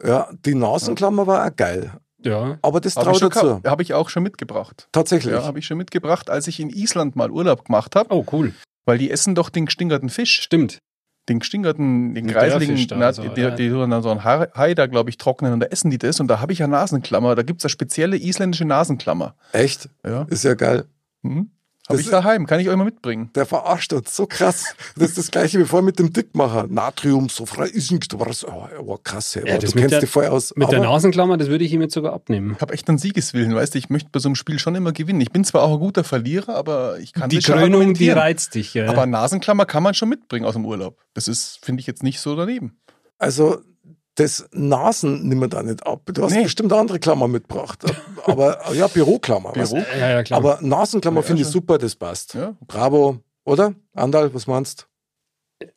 B: Ja, die Nasenklammer war auch geil.
C: Ja.
B: Aber das
D: Habe ich,
B: traut
D: schon
B: dazu.
D: gehabt. hab ich auch schon mitgebracht.
B: Tatsächlich.
D: Ja, habe ich schon mitgebracht, als ich in Island mal Urlaub gemacht habe,
C: Oh, cool.
D: weil die essen doch den gestingerten Fisch.
C: Stimmt.
D: Den gestingerten, den
C: Der
D: kreiseligen,
C: Fisch da,
D: na,
C: also,
D: die, die,
C: ja.
D: die tun dann so einen Ha- Hai da, glaube ich, trocknen und da essen die das und da habe ich ja Nasenklammer. Da gibt es eine spezielle isländische Nasenklammer.
B: Echt?
D: Ja.
B: Ist ja geil.
D: Hm?
B: Das
D: Habe ich
B: ist-
D: daheim, kann ich euch mal mitbringen.
B: Der verarscht uns so krass. Das ist das gleiche wie vorher mit dem Dickmacher. Natrium, so frei ist nicht. Oh, oh, krass, ey.
C: Ja,
B: du
C: das mit
B: kennst
C: der-
B: dich voll aus.
C: Mit der
B: Aber
C: Nasenklammer, das würde ich ihm jetzt sogar abnehmen.
D: Ich habe echt einen Siegeswillen, weißt du, ich möchte bei so einem Spiel schon immer gewinnen. Ich bin zwar auch ein guter Verlierer, aber ich kann
C: Die
D: das schon
C: Krönung, die
D: argumentieren.
C: reizt dich, ja.
D: Aber Nasenklammer kann man schon mitbringen aus dem Urlaub. Das ist, finde ich, jetzt nicht so daneben.
B: also, das Nasen nimmt man da nicht ab. Du hast
D: Nee.
B: bestimmt eine andere Klammer mitgebracht. Aber ja, Büroklammer. was?
D: Büro?
C: ja, ja, klar.
B: Aber Nasenklammer
D: Ja,
B: finde ich
D: schon.
B: super, das passt.
D: Ja.
B: Bravo, oder? Andal, was meinst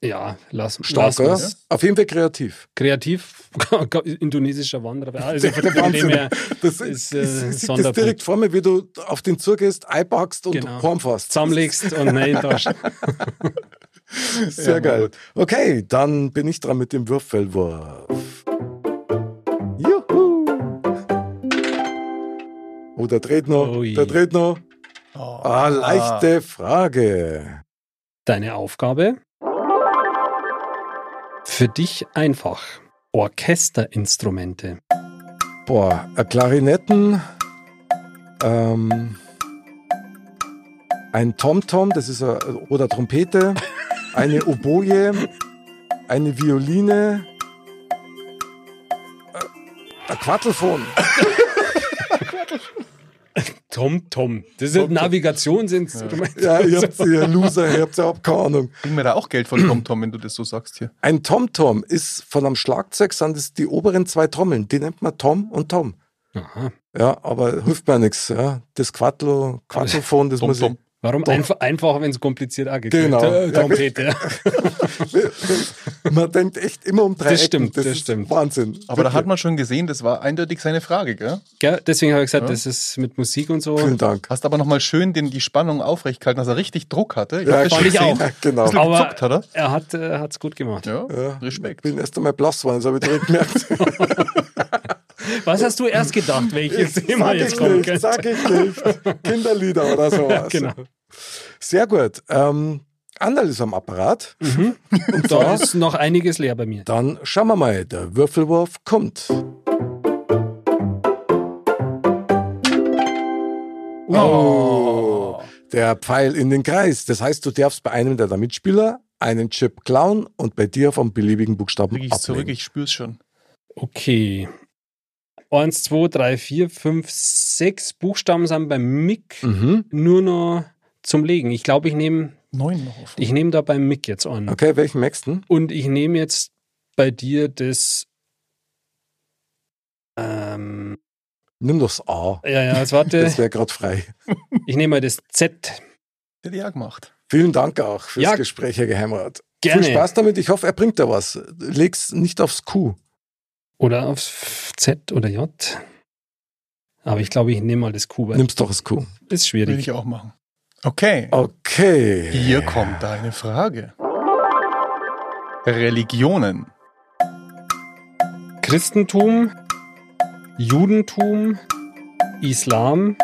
C: ja, lass,
B: Stark,
C: lass
B: oder?
C: uns.
B: Auf jeden Fall kreativ.
C: Kreativ, indonesischer Wanderer. Also
B: Der- der
C: von dem
B: Wahnsinn.
C: her,
B: Das
C: Ist,
B: ist,
C: äh,
B: ist, das
C: Sonderpunkt.
B: direkt vor mir, wie du auf den Zug gehst, einpackst und
C: Genau.
B: Horn fährst.
C: zusammenlegst und nein, Taschen.
B: Sehr
D: Ja,
B: geil.
D: gut.
B: Okay, dann bin ich dran mit dem Würfelwurf. Juhu! Oh, der dreht noch.
C: Ui.
B: Der dreht noch. Ah, leichte Frage.
C: Deine Aufgabe? Für dich einfach. Orchesterinstrumente.
B: Boah, ein Klarinetten, ähm, ein Tomtom, das ist ein, oder Trompete, eine Oboe, eine Violine, äh, ein Quattelfon.
C: Tom, Tom. Das ist ein Navigationsinstrument.
B: Ja, ihr habt ihr Loser, ihr habt ja überhaupt keine Ahnung.
D: Kriegen wir da auch Geld von TomTom, wenn du das so sagst hier.
B: Ein Tomtom ist von einem Schlagzeug, sind es die oberen zwei Trommeln. Die nennt man Tom und Tom.
C: Aha.
B: Ja, aber hilft mir nichts. Ja. Das Quattlo, Quattelfon, das muss ich.
D: TomTom.
C: Warum einfach, einfach wenn es kompliziert angeht?
B: Genau.
C: Äh, Trompete.
B: Man denkt echt immer um drei
C: Das
B: Ecken.
C: stimmt, das
B: ist
C: stimmt.
B: Wahnsinn.
D: Aber da
B: Wirklich.
D: hat man schon gesehen, das war eindeutig seine Frage, gell?
C: Gell? Deswegen habe ich gesagt,
D: Ja.
C: das ist mit Musik und so.
B: Vielen Dank.
D: Hast aber nochmal schön den, die Spannung aufrecht gehalten, dass er richtig Druck hatte. Ich hab
C: fand
D: das schon
C: ich
D: gesehen.
C: auch.
B: Genau.
D: Bisschen
C: Aber
D: gezuckt hat er.
C: er hat es gut gemacht.
D: Ja,
B: Ja. Ich
D: Respekt.
B: bin erst einmal blass geworden, das habe ich direkt gemerkt.
C: Was hast du erst gedacht, welches Thema
B: sag
C: jetzt
B: ich
C: kommt?
B: nicht, sag ich nicht. Kinderlieder oder sowas.
C: Genau.
B: Sehr gut. Ähm, Anderl ist am Apparat.
C: Und Mhm. da ist noch einiges leer bei mir.
B: Dann schauen wir mal, der Würfelwurf kommt. Oh. Der Pfeil in den Kreis. Das heißt, du darfst bei einem deiner Mitspieler einen Chip klauen und bei dir vom beliebigen Buchstaben
D: Rück ich zurück,
B: abnehmen.
D: ich spür's schon.
C: Okay. Eins, zwei, drei, vier, fünf, sechs Buchstaben sind beim Mick
B: Mhm.
C: nur noch zum Legen. Ich glaube, ich nehme
D: Neun noch auf.
C: ich nehm da beim Mick jetzt an.
B: Okay, welchen merkst du?
C: Und ich nehme jetzt bei dir das. Ähm,
B: Nimm doch das A.
C: ja, ja,
B: Das
C: jetzt warte.
B: wäre gerade frei.
C: Ich nehme mal das Z.
D: Hätte ich auch gemacht.
B: Vielen Dank auch fürs
C: Ja.
B: Gespräch, Herr Geheimrat.
C: Gerne.
B: Viel Spaß damit. Ich hoffe, er bringt da was. Leg's nicht aufs Q.
C: Oder aufs Z oder J. Aber ich glaube, ich nehme mal das Kuba.
B: Nimmst doch das Kuh.
C: Ist
D: Will
C: schwierig.
D: ich auch machen. Okay.
B: Okay.
D: Hier kommt deine Frage. Religionen.
C: Christentum, Judentum, Islam.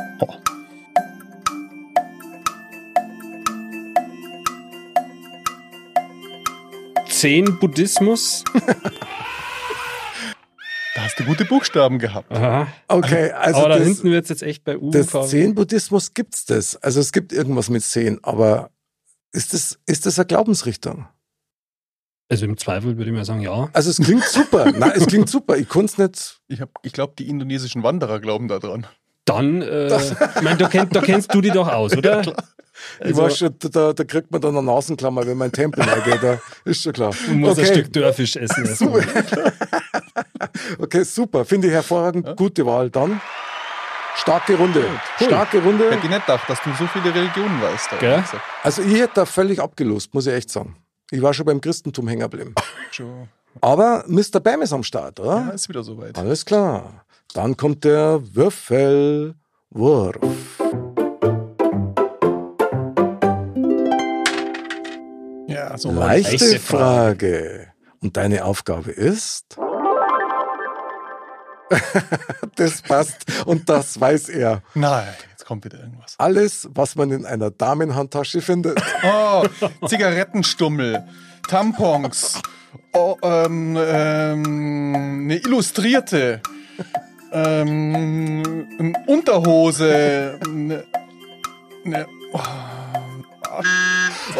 C: Zehn Buddhismus.
D: Da hast du gute Buchstaben gehabt.
C: Aha.
B: Okay, also
C: aber da
B: das,
C: hinten wird es jetzt echt bei U.
B: das
C: ver-
B: 10 Buddhismus gibt's das. Also es gibt irgendwas mit 10, aber ist das, ist das eine Glaubensrichtung?
C: Also im Zweifel würde ich mal sagen, ja.
B: Also es klingt super. Nein, es klingt super. Ich konnte es nicht.
D: Ich, hab- ich glaube, die indonesischen Wanderer glauben daran.
C: Dann, äh, ich meine, da, kenn, da kennst du die doch aus, oder?
B: Ich
C: Also
B: war schon, da, da kriegt man dann eine Nasenklammer, wenn mein Tempel reingeht. Da ist schon klar.
C: Du musst ein
B: Okay.
C: Stück Dörrfisch essen. erstmal.
B: Okay, super. Finde ich hervorragend. Gute Wahl. Dann starke Runde. Starke Runde.
D: Hätte ich nicht gedacht, dass du so viele Religionen weißt. aber
C: Gell?
D: wie gesagt,
B: Also ich hätte da völlig abgelost, muss ich echt sagen. Ich war schon beim Christentum hängen geblieben.
D: schon-
B: Aber Mr. Bam ist am Start, oder?
D: Ja, ist wieder soweit.
B: Alles klar. Dann kommt der Würfelwurf.
D: Ja, so
B: Leichte,
C: leichte
B: Frage. Und deine Aufgabe ist? das passt und das weiß er.
D: Nein, jetzt kommt wieder irgendwas.
B: Alles, was man in einer Damenhandtasche findet.
D: Oh, Zigarettenstummel, Tampons, oh, ähm, ähm, eine Illustrierte, ähm, eine Unterhose, eine, eine oh, Arsch-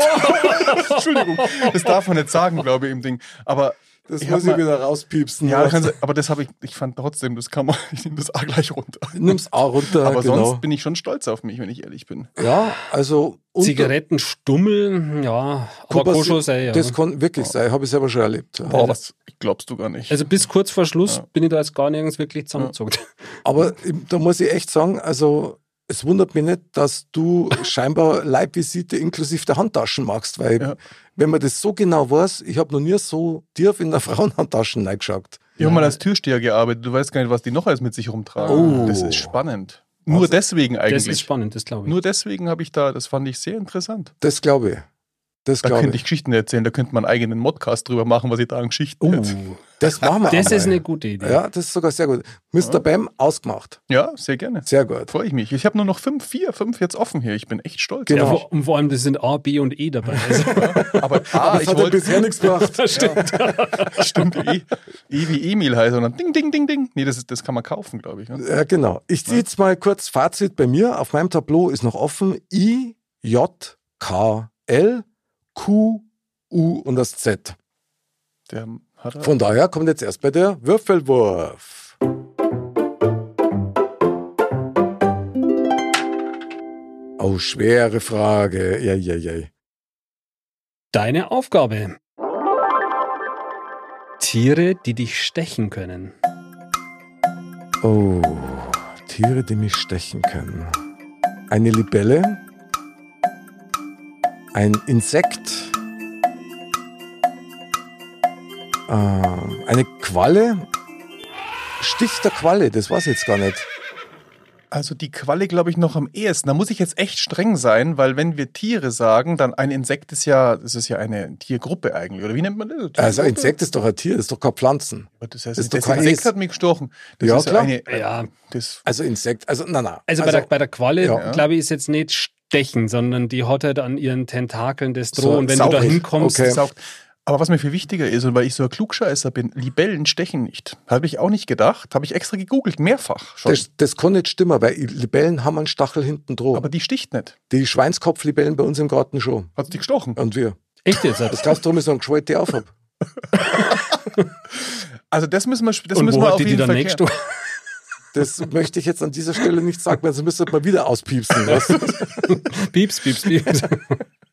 D: oh, Entschuldigung, das darf man nicht sagen, glaube ich, im Ding. Aber
B: Das
D: Ich hab
B: muss ich
D: mal-
B: wieder rauspiepsen.
D: ja, kannst, aber das habe ich, ich fand trotzdem, das kann man, ich nehme das A gleich runter.
B: Nimm's auch runter.
D: aber
B: genau.
D: sonst bin ich schon stolz auf mich, wenn ich ehrlich bin.
B: ja, also unter-
C: Zigarettenstummel, ja. Aber
B: Kubas-
C: Kosho sei ja. ne?
B: Das kann wirklich sein. Habe ich selber schon erlebt. Ja.
D: Boah, was glaubst du gar nicht.
C: Also bis kurz vor Schluss bin ich da jetzt gar nirgends wirklich zusammengezogen.
B: Aber da muss ich echt sagen, also es wundert mich nicht, dass du scheinbar Leibvisite inklusive der Handtaschen magst, weil
D: Ja.
B: wenn man das so genau weiß, ich habe noch nie so tief in der Frauenhandtaschen reingeschaut.
D: Ich habe mal als Türsteher gearbeitet. Du weißt gar nicht, was die noch alles mit sich rumtragen.
B: Oh.
D: Das ist spannend. Nur
B: Also,
D: deswegen eigentlich.
C: Das ist spannend, das glaube ich.
D: Nur deswegen habe ich da, das fand ich sehr interessant.
B: Das glaube ich. Das
D: Da
B: glaube
D: könnte
B: ich.
D: ich Geschichten erzählen, da könnte man einen eigenen Modcast drüber machen, was ich da an Geschichten erzähle.
B: Uh, das machen wir.
C: das
B: einmal.
C: ist eine gute Idee.
B: Ja, das ist sogar sehr gut. Mr. Bam, ausgemacht.
D: Ja, sehr gerne.
B: Sehr gut.
D: Freue ich mich. Ich habe nur noch fünf, vier, fünf jetzt offen hier. Ich bin echt stolz.
C: Ja,
B: Genau.
C: vor- und vor allem, das sind A, B und E dabei. Also,
D: Aber ah,
B: Das
D: ich
B: hat ja
D: wollte
B: bisher nichts gebracht.
D: stimmt eh, eh wie Emil heißt und dann ding, ding, ding, ding. Nee, das, ist, das kann man kaufen, glaube ich. Ne?
B: Ja, genau. Ich ziehe jetzt mal kurz Fazit bei mir. Auf meinem Tableau ist noch offen I, J, K, L, Q, U und das Z.
D: Der hat er.
B: Von daher kommt jetzt erst bei der Würfelwurf. Oh, schwere Frage. Ja, ja, ja.
C: Deine Aufgabe. Tiere, die dich stechen können.
B: Oh, Tiere, die mich stechen können. Eine Libelle. Ein Insekt. Äh, eine Qualle. Stich der Qualle, das weiß ich jetzt gar nicht.
D: Also die Qualle glaube ich noch am ehesten. Da muss ich jetzt echt streng sein, weil wenn wir Tiere sagen, dann ein Insekt ist ja, das ist ja eine Tiergruppe eigentlich, oder wie nennt man das? Tiergruppe?
B: Also ein Insekt ist doch ein Tier, das ist doch keine Pflanzen.
D: Das heißt,
B: ist
D: das
B: doch kein
D: Insekt
B: Es.
D: hat mich gestochen. Das
B: Ja,
D: ist
B: klar.
D: Eine,
C: Ja.
D: Das,
B: Also Insekt, also na na.
C: Also, bei, der, bei der Qualle,
B: Ja.
C: glaube ich, ist jetzt nicht stechen, sondern die hat halt an ihren Tentakeln das Droh.
B: So,
C: und wenn du
B: saugt.
C: da hinkommst,
B: Okay.
D: das saugt. Aber was mir viel wichtiger ist, und weil ich so ein Klugscheißer bin, Libellen stechen nicht. Habe ich auch nicht gedacht, habe ich extra gegoogelt, mehrfach schon.
B: Das, das kann nicht stimmen, weil Libellen haben einen Stachel hinten drauf.
D: Aber die sticht nicht.
B: Die Schweinskopflibellen bei uns im Garten schon.
D: Hat die gestochen.
B: Und wir.
C: echt jetzt.
B: Das glaubst du, warum ich so einen geschwollt auf hab?
D: Also das müssen wir, das
C: und
D: müssen
C: wo
D: wir
C: hat
D: auf
C: die die
D: jeden
C: dann
D: Fall
C: nächste
D: klären.
B: Das möchte ich jetzt an dieser Stelle nicht sagen, weil sonst müsste man wieder auspiepsen. Weißt du?
C: Pieps, pieps, pieps.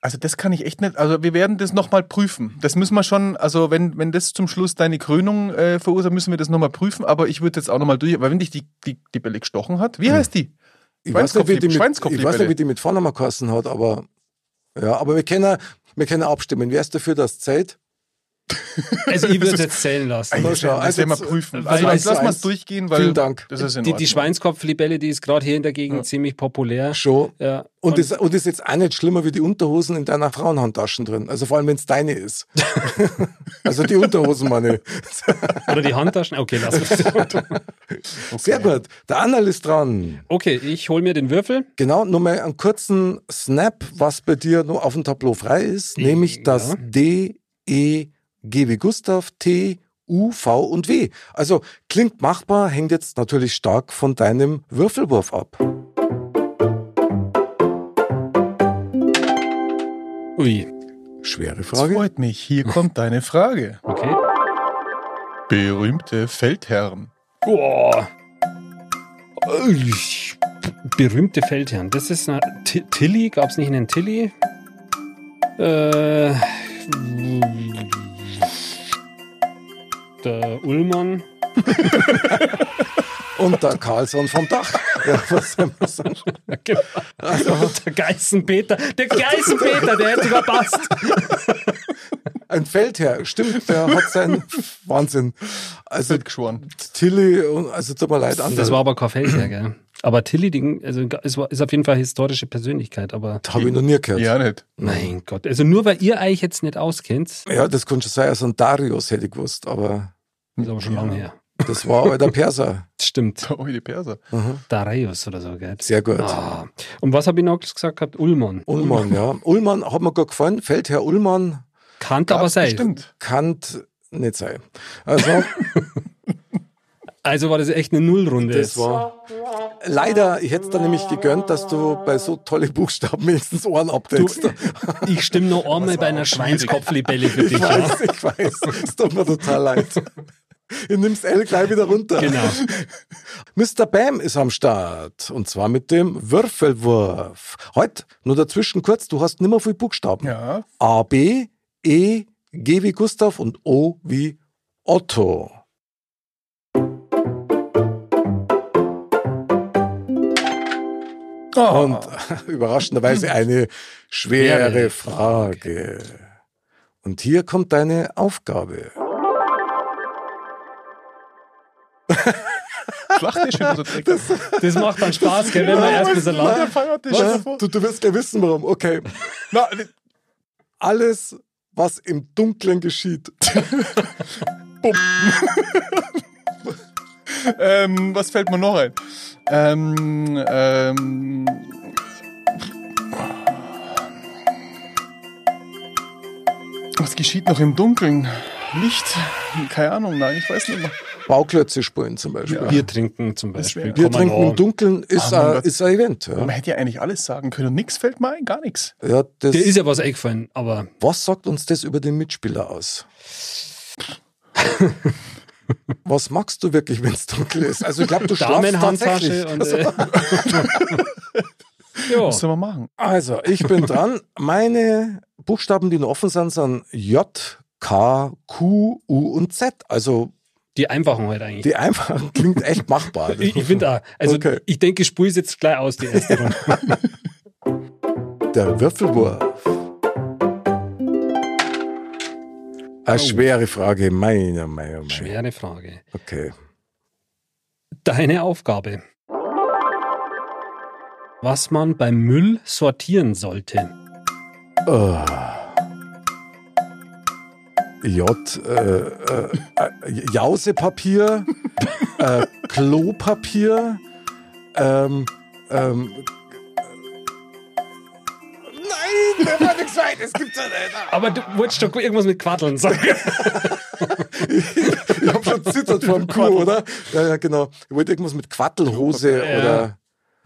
D: Also das kann ich echt nicht. Also wir werden das nochmal prüfen. Das müssen wir schon, also wenn, wenn das zum Schluss deine Krönung äh, verursacht, müssen wir das nochmal prüfen. Aber ich würde jetzt auch nochmal durch, weil wenn dich die, die, die Bälle gestochen hat, wie heißt die?
B: Ich weiß nicht, wie die mit, ich weiß nicht, wie
D: Schweinskopflieb- Schweinskopfliebelle.
B: die mit Vornamen geheißen hat, aber ja, aber wir können, wir können abstimmen. Wer ist dafür, dass es zählt?
C: Also ich würde es jetzt zählen lassen.
D: Das
B: schau,
D: werden das
B: also
D: werden wir
B: jetzt,
D: prüfen.
C: weil
D: Also
C: weiß
D: jetzt lass mal
B: eins.
D: es durchgehen, weil
B: Vielen Dank.
D: das ist in
C: Die,
D: Ordnung.
C: die Schweinskopflibelle, die ist gerade hier in der Gegend ziemlich populär.
B: Schon.
C: Ja.
B: Und, das, und das ist jetzt auch nicht schlimmer wie die Unterhosen in deiner Frauenhandtaschen drin. Also vor allem, wenn es deine ist. also die Unterhosen, meine.
C: Oder die Handtaschen. Okay, lass uns.
B: Sehr gut. Der Annal ist dran.
C: Okay, ich hole mir den Würfel.
B: Genau, nur mal einen kurzen Snap, was bei dir nur auf dem Tableau frei ist, nämlich das
C: Ja.
B: D, E, G wie Gustav, T, U, V und W. Also klingt machbar, hängt jetzt natürlich stark von deinem Würfelwurf ab.
C: Ui.
B: Schwere
D: Das
B: Frage.
D: freut mich. Hier kommt deine Frage.
C: Okay.
D: Berühmte Feldherren.
C: Boah. Ui. Berühmte Feldherren. Das ist eine T Tilly. Gab es nicht einen Tilly? Äh, der Ullmann.
B: Und der Karlsson vom Dach. Ja, was soll man sagen?
C: Genau. Der Geißenpeter. Der Geißenpeter, der hätte verpasst.
B: Ein Feldherr, stimmt, der hat seinen Wahnsinn. Also
D: Wird geschworen.
B: Tilly, und- also tut mir leid, Anderl.
C: Das war aber kein Feldherr, gell? Aber Tilly, die- also es war- ist auf jeden Fall historische Persönlichkeit, aber
B: habe ich noch nie gehört.
D: Ja, nicht.
C: mein Gott. Also nur weil ihr euch jetzt nicht auskennt,
B: Ja, das könnte schon sein, also ein Darius hätte ich gewusst, aber
C: ist aber schon
D: Ja.
C: lange her.
B: das war aber der Perser.
C: Stimmt.
D: Oh, die Perser.
B: Mhm.
C: Darius oder so, gell?
B: Sehr gut.
C: Ah. Und was habe ich noch gesagt gehabt? Ullmann.
B: Ullmann, ja. Ullmann hat mir gut gefallen. Feldherr Ullmann
C: Kannte aber
D: Gab's
C: sein.
D: Bestimmt.
B: kann nicht sein. Also,
C: Also war das echt eine Nullrunde.
B: das war. Leider, ich hätte es dir nämlich gegönnt, dass du bei so tolle Buchstaben wenigstens Ohren abdeckst.
C: ich stimme noch einmal bei einer Schweinskopflibelle für dich.
B: Ich
C: Ja?
B: weiß, ich weiß. Es tut mir total leid. Ich nimm's L gleich wieder runter.
C: Genau.
B: Mr. Bam ist am Start. Und zwar mit dem Würfelwurf. Heute, nur dazwischen kurz, du hast nimmer viel Buchstaben.
D: Ja.
B: A, B, E, G wie Gustav und O wie Otto.
D: Oh.
B: Und überraschenderweise eine schwere Frage. Und hier kommt deine Aufgabe.
D: Ah. Schlacht ist schon so direkt. Das
C: Das macht dann Spaß, gell, wenn man erst so lang.
B: Was? Du, du wirst gleich wissen, warum. Okay.
D: Na,
B: Alles, was im Dunkeln geschieht.
D: ähm, was fällt mir noch ein? Ähm, ähm, was geschieht noch im Dunkeln? Licht? Keine Ahnung, nein, ich weiß nicht mehr.
B: Bauklötze spielen zum Beispiel.
D: Ja.
C: Bier trinken zum
D: Das
C: Beispiel.
D: wär-
B: Bier
C: Kann man
B: trinken
C: noch.
B: im Dunkeln ist,
D: Ah, mein
B: ein,
D: Gott.
B: ist ein Event. Ja.
D: Man hätte ja eigentlich alles sagen können. Nix fällt mir ein, gar nichts.
B: Ja, das,
C: Dir ist ja was eingefallen, aber
B: was sagt uns das über den Mitspieler aus? was magst du wirklich, wenn es dunkel ist? Also ich glaube, du schlafst tatsächlich.
C: Damenhandtasche und. Äh, ja.
D: Was soll man machen?
B: Also, ich bin dran. Meine Buchstaben, die noch offen sind, sind J, K, Q, U und Z. Also,
C: Die einfachen halt eigentlich.
B: die einfach klingt echt machbar.
C: ich ich finde auch. Also
B: Okay.
C: ich denke, ich spule es jetzt gleich aus, die erste Runde.
B: Der Würfelwurf.
C: Oh.
B: Eine schwere Frage, meine, meine, meine.
C: Schwere Frage.
B: Okay.
C: Deine Aufgabe. Was man beim Müll sortieren sollte.
B: Äh. J, äh, äh, äh, Jausepapier, äh, Klopapier, ähm, ähm, Nein, da war nichts weit, es gibt's ja nicht.
C: Aber du wolltest doch irgendwas mit Quaddeln sagen.
B: Ich hab schon zittert vor dem Kuh, oder? Ja, ja, genau. Ich wollte irgendwas mit Quattelhose
C: Ja.
B: oder.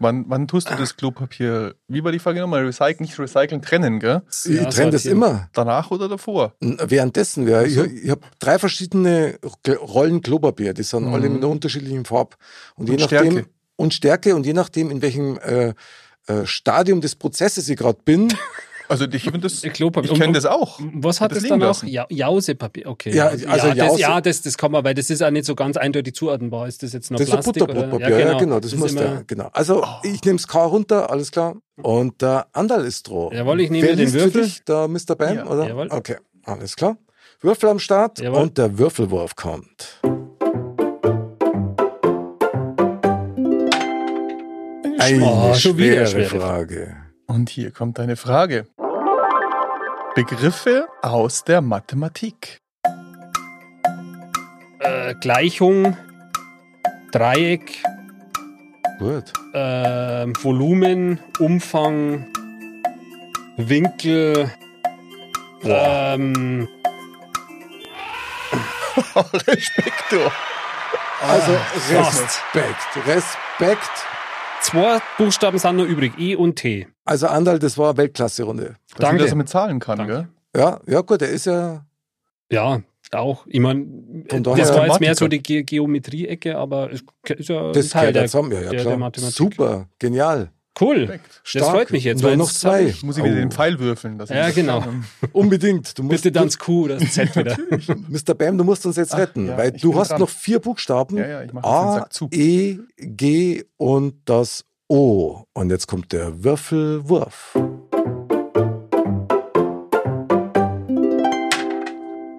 D: Wann, wann tust du das Klopapier? Wie war die Frage nochmal? Recyceln, nicht recyceln, trennen, gell?
B: Ich
C: Ja,
B: trenne das
C: sortieren.
B: immer.
D: Danach oder davor?
B: N- Währenddessen, ja, ich, ich habe drei verschiedene Gl- Rollen Klopapier, die sind alle mit einer unterschiedlichen Farbe. Und, je
D: Und
B: nachdem,
D: Stärke.
B: Und Stärke und je nachdem, in welchem äh, äh, Stadium des Prozesses ich gerade bin.
D: Also ich finde das.
C: Ich glaub,
D: ich
C: und-
D: kenne das auch.
C: Was hat
D: Das
C: das,
D: liegen
C: dann auch?
D: lassen.
C: Ja, Jausepapier. Okay.
B: Ja, also
C: ja, das,
B: Jause-
C: ja das, das kann man, weil das ist auch nicht so ganz eindeutig zuordnenbar. Ist das jetzt noch
B: Das ist ein
C: Plastik?
B: Butterbrotpapier, ja, genau, das,
C: ist
B: muss
C: immer-
B: der. Genau. Also ich nehme das K runter, alles klar. Und der Anderl ist dran.
C: Jawohl, ich nehme
B: Wer
C: den
B: liest
C: Würfel.
B: Für dich? Der Mr. Bam,
D: Ja,
B: oder?
C: jawohl.
B: Okay, alles klar. Würfel am Start
C: Jawohl.
B: und der Würfelwurf kommt. Eine
C: Oh, schon wieder
B: schwere,
C: schwere
B: Frage.
D: Und hier kommt eine Frage. Begriffe aus der Mathematik.
C: Äh, Gleichung, Dreieck,
B: Gut.
C: äh, Volumen, Umfang, Winkel, ähm,
D: Oh, Respektor.
B: Also
C: fast.
B: Respekt, Respekt.
C: zwei Buchstaben sind noch übrig, E und T.
B: Also Andal, das war eine Weltklasse-Runde.
D: Dass man
C: Danke.
D: das mit Zahlen kann,
C: Danke.
D: gell?
B: Ja, ja gut, er ist ja
C: Ja, auch. Ich meine,
B: Von daher-
C: das war jetzt mehr
D: Mathematiker.
C: so die Ge Geometrie-Ecke, aber es ist ja
B: das
C: ein
D: halt
C: Teil
B: gehört ja
C: der,
B: zusammen. Ja, ja,
C: der,
B: klar.
C: der Mathematik.
B: Super, genial.
C: Cool.
D: Perfekt.
C: Das freut mich jetzt,
B: Nur
C: weil
B: noch
C: jetzt hab
B: zwei.
C: ich-
D: Muss ich wieder
B: Oh.
D: den Pfeil würfeln. Dass ich
C: Ja,
D: das
C: genau.
D: kann.
B: Unbedingt. Du musst,
C: Bitte dann das Q oder das Z wieder.
B: Mr. Bam, du musst uns jetzt
D: Ach,
B: retten,
D: ja,
B: weil
D: ich
B: du
D: bin
B: hast
D: dran.
B: noch vier Buchstaben.
D: Ja, ja, ich mach jetzt den
B: A,
D: Sack zu.
B: E, G und das O. Und jetzt kommt der Würfelwurf.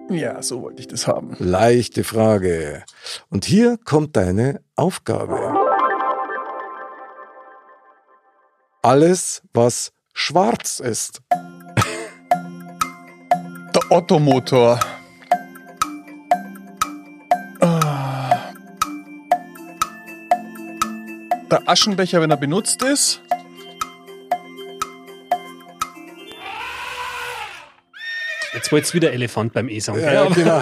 D: Ja, so wollte ich das haben.
B: Leichte Frage. Und hier kommt deine Aufgabe. Alles, was schwarz ist.
D: Der Ottomotor. Ah. Der Aschenbecher, wenn er benutzt ist.
C: Jetzt wollte wieder Elefant beim E sagen.
B: Ja,
C: Ja,
B: genau.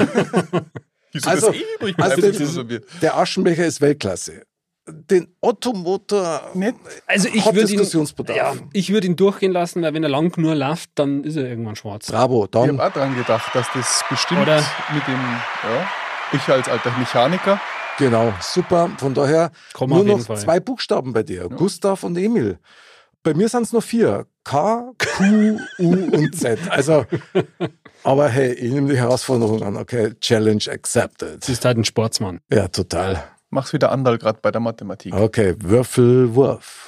D: Wieso
B: Also,
D: das eh übrig bleibt,
B: also
D: das
B: das-
D: ist so mir-
B: Der Aschenbecher ist Weltklasse. Den Ottomotor
D: Nicht?
C: Also ich
B: hat
C: würde ihn,
B: Diskussionsbedarf.
C: ja, ich würd ihn durchgehen lassen, weil wenn er lang nur läuft, dann ist er irgendwann schwarz.
B: Bravo,
D: Ich
B: dann
D: habe auch dran gedacht, dass das bestimmt
C: Oder?
D: mit dem, ja, ich als alter Mechaniker,
B: genau, super. Von daher
C: Komm
B: nur
C: auf
B: noch
C: jeden Fall.
B: zwei Buchstaben bei dir, Gustav und Emil. Bei mir sind es nur vier. K, Q, U und Z. Also, aber hey, ich nehme die Herausforderung an. Okay, Challenge
C: Das
B: accepted.
C: ist halt ein Sportsmann.
B: Ja, total.
D: mach's wieder Andal gerade bei der Mathematik.
C: Ah.
B: Okay, Würfelwurf.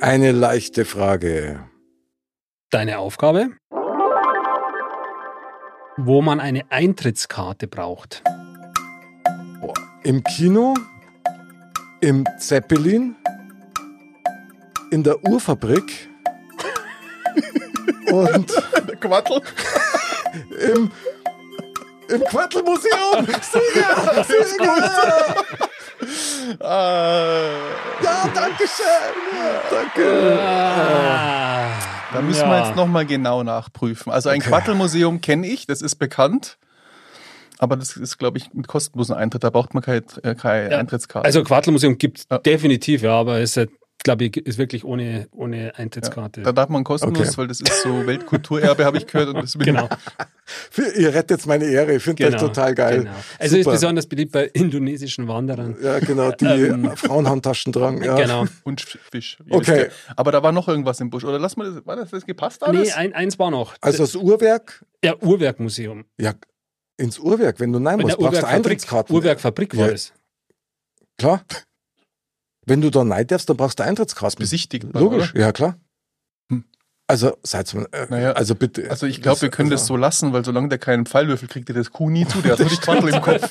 B: Eine leichte Frage.
C: Deine Aufgabe? Wo man eine Eintrittskarte braucht.
B: Im Kino, im Zeppelin, in der Uhrfabrik und
D: Quattel.
B: im, im Quartelmuseum. Sieger! Sieger!
D: Äh,
B: Ja, danke schön. Ja, danke.
D: Ah.
C: Ah.
D: da müssen wir jetzt nochmal genau nachprüfen. Also ein
B: Okay.
D: Quattelmuseum kenne ich, das ist bekannt. Aber das ist, glaube ich, mit kostenlosen Eintritt. Da braucht man keine, äh, keine
C: Ja,
D: Eintrittskarte.
C: Also Quaddelmuseum gibt es
D: Ja.
C: definitiv, ja, aber es ist, glaube ich, ist wirklich ohne, ohne Eintrittskarte.
D: da darf man kostenlos,
B: Okay.
D: weil das ist so Weltkulturerbe, habe ich gehört. Und das will
C: Genau.
B: Für- Ihr rettet jetzt meine Ehre. Ich finde das total geil.
C: Genau. Also
B: Super.
C: ist besonders beliebt bei indonesischen Wanderern.
B: ja, genau, die
C: Ähm.
B: Frauen haben Taschendrang. Ja.
C: Genau.
D: Und Fisch. ihr
B: Okay.
D: wisst ja. Aber da war noch irgendwas im Busch. Oder lass mal das, war das, das gepasst alles?
C: Nee, ein, eins war noch.
B: Also das Uhrwerk,
C: ja, Uhrwerkmuseum.
B: ja, ins Uhrwerk, wenn du nein
C: Bei
B: musst,
C: der
B: brauchst du
C: Uhrwerkfabrik,
B: Eintrittskarten.
C: Uhrwerkfabrik war
B: Ja.
C: es.
B: Klar. Wenn du da rein darfst, dann brauchst du Eintrittskarten.
D: Besichtigt man,
B: Logisch,
D: oder?
B: ja klar.
D: Hm.
B: Also, seid äh,
D: Naja,
B: also bitte.
D: Also ich glaube, wir können das
B: also,
D: so lassen, weil solange der keinen Pfeilwürfel kriegt, der das Kuh nie zu, der hat nur die Quattel im Kopf.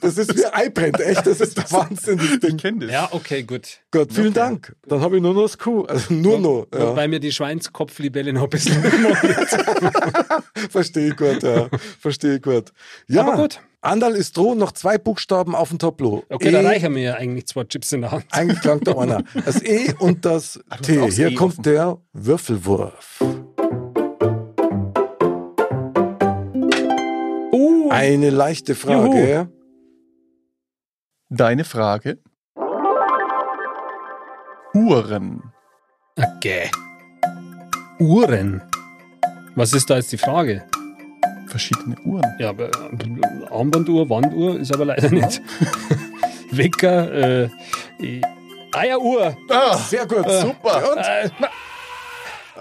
B: Das ist wie Eibrennt, echt. Das ist der Wahnsinn, das
D: Ich
B: Ding.
D: kenne das.
C: Ja, okay, gut.
B: Gott, vielen Dank. Dann habe ich nur noch das Q. Also nur noch. Ja.
C: Wobei mir die Schweinskopflibelle noch ein bisschen. ja.
B: Verstehe ich gut, ja. Verstehe ich gut. Ja,
C: Aber gut.
B: Andal ist drohen, noch zwei Buchstaben auf dem Tableau.
C: Okay, da
B: E,
C: reichen mir ja eigentlich zwei Chips in der Hand.
B: Eigentlich klang da einer. Das E und das
D: du hast auch
B: T.
D: das
B: Hier
D: E
B: kommt
D: offen.
B: der Würfelwurf.
C: Oh,
B: Eine leichte Frage.
D: Deine Frage? Uhren.
C: okay. Uhren. Was ist da jetzt die Frage?
D: Verschiedene Uhren.
C: Ja, aber äh, Armbanduhr, Wanduhr ist aber leider nicht. Wecker, äh, äh, Eieruhr.
D: Ah,
B: Sehr gut, super. Und?
C: Äh,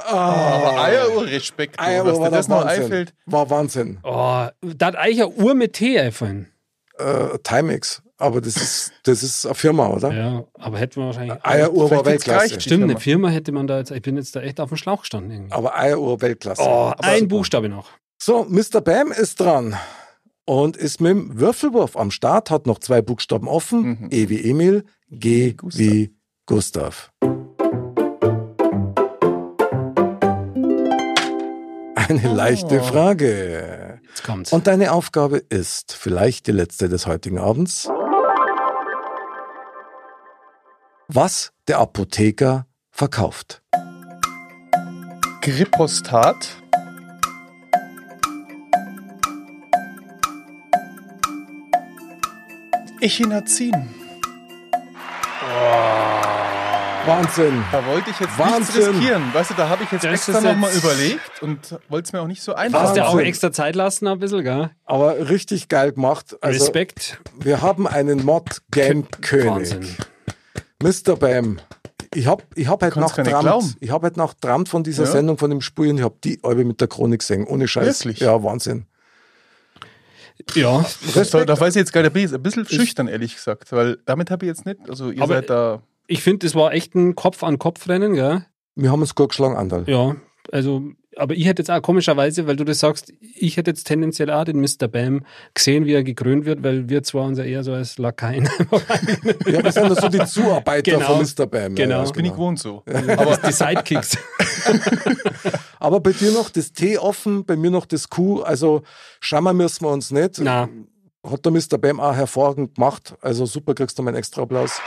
D: aber Eieruhr, Respekt.
B: Eieruhr war
D: dir
B: das
D: das noch
B: Wahnsinn.
D: einfällt.
B: War Wahnsinn.
C: oh, da hat eigentlich eine Uhr mit T einfallen.
B: Äh, Timex. aber das ist, das ist eine Firma, oder?
C: Ja, aber hätten wir wahrscheinlich. Ah,
B: Eieruhr war
D: Vielleicht jetzt
B: Weltklasse.
D: gleich-
C: Stimmt,
D: Firma.
C: eine Firma hätte man da jetzt. Ich bin jetzt da echt auf dem Schlauch gestanden irgendwie.
B: Aber Eieruhr Weltklasse.
C: Oh,
B: Ah, Aber
C: ein
B: super.
C: Buchstabe noch.
B: So, Mr. Bam ist dran und ist mit dem Würfelwurf am Start, hat noch zwei Buchstaben offen.
D: Mhm.
B: E wie Emil, G
D: Gustav.
B: wie Gustav. Eine leichte
D: Oh.
B: Frage.
C: Jetzt kommt's.
B: Und deine Aufgabe ist, vielleicht die letzte des heutigen Abends, was der Apotheker verkauft.
D: Gripostat. Echinazin.
B: Wahnsinn.
D: Da wollte ich jetzt nichts
B: Wahnsinn.
D: riskieren. Weißt du, da habe ich jetzt
C: Das
D: extra
C: ist jetzt-
D: nochmal überlegt und wollte es mir auch nicht so
B: Ah,
D: einfach
C: Hast du auch
B: Wahnsinn.
C: extra Zeit lassen, ein bisschen, gell?
B: Aber richtig geil gemacht. Also,
C: Respekt.
B: Wir haben einen Mod-Game-König.
C: Wahnsinn.
B: Mr. Bam. Ich hab, ich hab heute
D: Kannst
B: Nacht
D: gar nicht
B: dran.
D: glauben.
B: Ich hab heute Nacht dran von dieser
D: Ja.
B: Sendung, von dem Spiel und ich hab die Albe mit der Chronik gesehen. Ohne Scheiß.
D: Wirklich?
B: Ja, Wahnsinn.
C: Ja,
D: Das soll, da weiß ich jetzt gar nicht, bin ich ein bisschen schüchtern, ehrlich gesagt, weil damit habe ich jetzt nicht, also ihr
C: Aber- äh,
D: seid da,
C: ich finde, das war echt ein Kopf-an-Kopf-Rennen, gell?
B: Wir haben uns gut geschlagen, Anderl.
C: Ja, also, aber ich hätte jetzt auch komischerweise, weil du das sagst, ich hätte jetzt tendenziell auch den Mr. Bam gesehen, wie er gekrönt wird, weil wir zwar uns ja eher so als Lakaien.
B: Ja, wir sind ja so die Zuarbeiter
C: Genau.
B: von Mr. Bam.
C: Genau.
B: Ja,
D: das
B: ja,
D: bin ich gewohnt so.
C: aber die Sidekicks.
B: Aber bei dir noch das T offen, bei mir noch das Q. Also schauen müssen wir uns nicht.
C: Na,
B: Hat der Mr. Bam auch hervorragend gemacht. Also super, kriegst du meinen extra Applaus.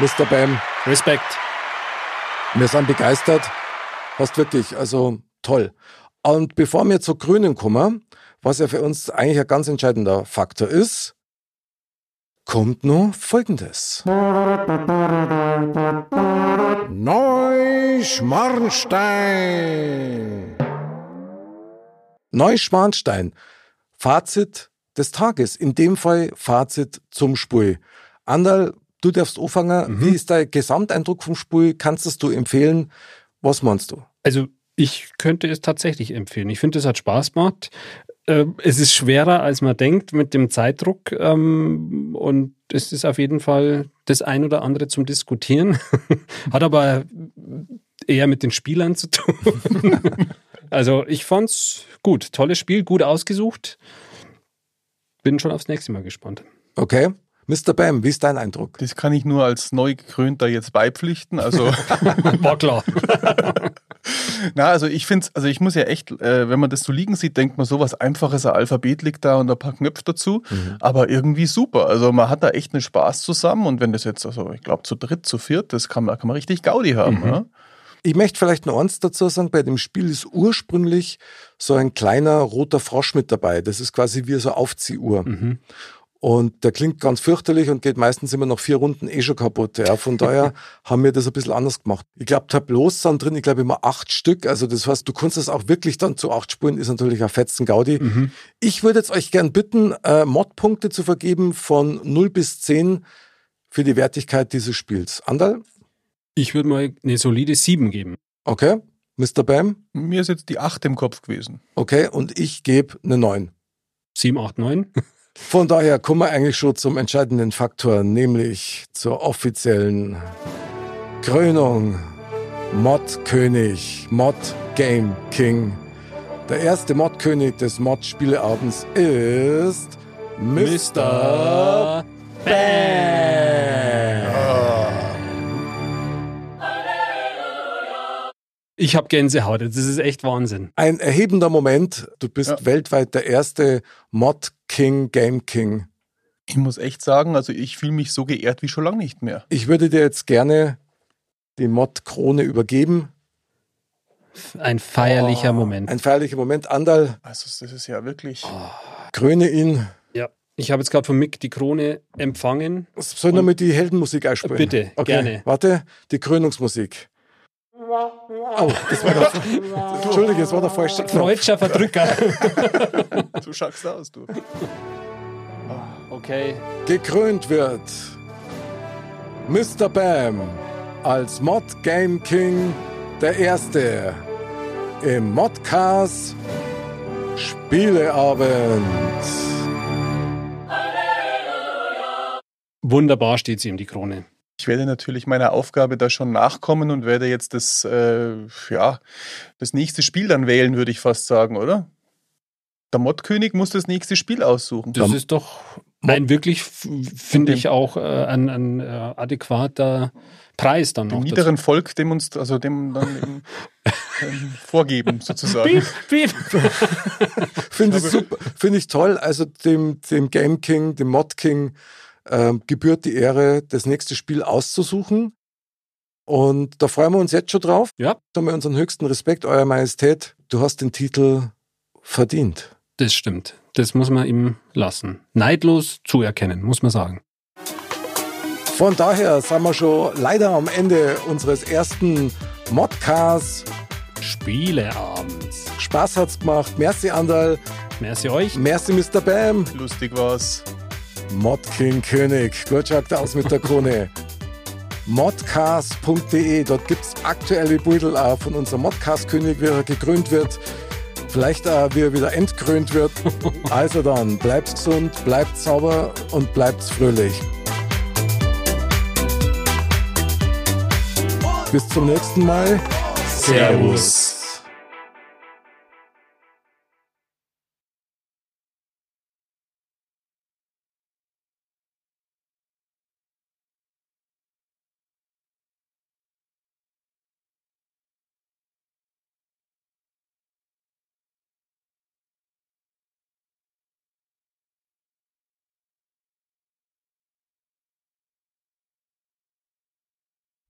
B: Mr. Bam,
C: Respekt.
B: Wir sind begeistert. Hast wirklich, also toll. Und bevor wir zu Grünen kommen, was ja für uns eigentlich ein ganz entscheidender Faktor ist, kommt nur Folgendes. Neuschmarnstein. Neuschmarnstein. Fazit des Tages. In dem Fall Fazit zum Spiel. Anderl, du darfst anfangen.
C: Mhm.
B: Wie ist dein Gesamteindruck vom Spiel? Kannst es du empfehlen? Was meinst du?
C: Also ich könnte es tatsächlich empfehlen. Ich finde, es hat Spaß gemacht. Ähm, Es ist schwerer, als man denkt, mit dem Zeitdruck. ähm, Und es ist auf jeden Fall das ein oder andere zum Diskutieren. Hat aber eher mit den Spielern zu tun. Also ich fand's gut. Tolles Spiel, gut ausgesucht. Bin schon aufs nächste Mal gespannt.
B: Okay. Mr. Bam, wie ist dein Eindruck?
D: Das kann ich nur als neu gekrönter jetzt beipflichten, also
C: War klar.
D: Na, also ich finde also ich muss ja echt, äh, wenn man das so liegen sieht, denkt man so was Einfaches, ein Alphabet liegt da und ein paar Knöpfe dazu,
C: Mhm.
D: aber irgendwie super. Also man hat da echt einen Spaß zusammen und wenn das jetzt, also ich glaube zu dritt, zu viert, das kann man, kann man richtig Gaudi
C: Mhm.
D: haben. Ja?
B: Ich möchte vielleicht noch eins dazu sagen, bei dem Spiel ist ursprünglich so ein kleiner roter Frosch mit dabei. Das ist quasi wie so eine Aufziehuhr.
C: Mhm.
B: Und der klingt ganz fürchterlich und geht meistens immer nach vier Runden eh schon kaputt. Ja, von daher haben wir das ein bisschen anders gemacht. Ich glaube, Tableaus sind drin, ich glaube immer acht Stück. Also das heißt, du kannst das auch wirklich dann zu acht spulen, ist natürlich ein fetzen Gaudi.
C: Mhm.
B: Ich würde jetzt euch gern bitten, äh, Modpunkte zu vergeben von 0 bis 10 für die Wertigkeit dieses Spiels. Andal?
C: Ich würde mal eine solide 7 geben.
B: Okay. Mr. Bam?
D: Mir ist jetzt die Acht im Kopf gewesen.
B: Okay. Und ich gebe eine 9.
C: 7, 8, 9.
B: Von daher kommen wir eigentlich schon zum entscheidenden Faktor, nämlich zur offiziellen Krönung. Mod-König, Mod-Game-King. Der erste Mod-König des Mod-Spieleabends ist Mr.
C: Ich habe Gänsehaut. Das ist echt Wahnsinn.
B: Ein erhebender Moment. Du bist
D: Ja.
B: weltweit der erste Mod-King, Game-King.
D: Ich muss echt sagen, also ich fühle mich so geehrt wie schon lange nicht mehr.
B: Ich würde dir jetzt gerne die Mod-Krone übergeben.
C: Ein
D: Oh.
C: feierlicher Moment.
B: Ein feierlicher Moment. Andal,
D: Also das ist ja wirklich.
B: kröne ihn.
C: Ja. Ich habe jetzt gerade von Mick die Krone empfangen.
B: Sollen wir mal die Heldenmusik einspielen?
C: Bitte, gerne.
B: Warte, die Krönungsmusik. Oh, das war der, Entschuldige, das war der falsche Knopf.
C: Freudscher Verdrücker.
D: Du schaffst aus, du.
C: Okay.
B: Gekrönt wird Mr. Bam als Mod Game King der Erste im Modcast Spieleabend.
C: Wunderbar steht sie ihm die Krone.
D: Ich werde natürlich meiner Aufgabe da schon nachkommen und werde jetzt das, äh, ja, das nächste Spiel dann wählen, würde ich fast sagen, oder? Der Mottkönig muss das nächste Spiel aussuchen.
C: Das
B: Dann-
C: ist doch ein wirklich, f- finde ich, auch äh, ein, ein äh, adäquater Preis dann
D: dem
C: noch.
D: niederen Volk dem uns, also dem dann eben, ähm, vorgeben, sozusagen.
B: Finde ich super, finde ich toll. Also dem, dem Game King, dem Mod King ähm, gebührt die Ehre, das nächste Spiel auszusuchen. Und da freuen wir uns jetzt schon drauf.
C: Ja.
B: Da haben wir unseren höchsten Respekt, Euer Majestät. Du hast den Titel verdient.
C: Das stimmt. Das muss man ihm lassen. Neidlos zuerkennen, muss man sagen.
B: Von daher sind wir schon leider am Ende unseres ersten Modcasts.
C: Spieleabends.
B: Spaß hat's gemacht. Merci, Andal.
C: Merci euch.
B: Merci, Mr. Bam.
D: Lustig war's.
B: Modking König. Gut, schaut aus mit der Krone. Modcast.de, dort gibt es aktuelle Beutel auch von unserem Modcast-König, wie er gekrönt wird. Vielleicht auch, wie er wieder entkrönt wird. Also dann, bleibt gesund, bleibt sauber und bleibt fröhlich. Bis zum nächsten Mal.
C: Servus.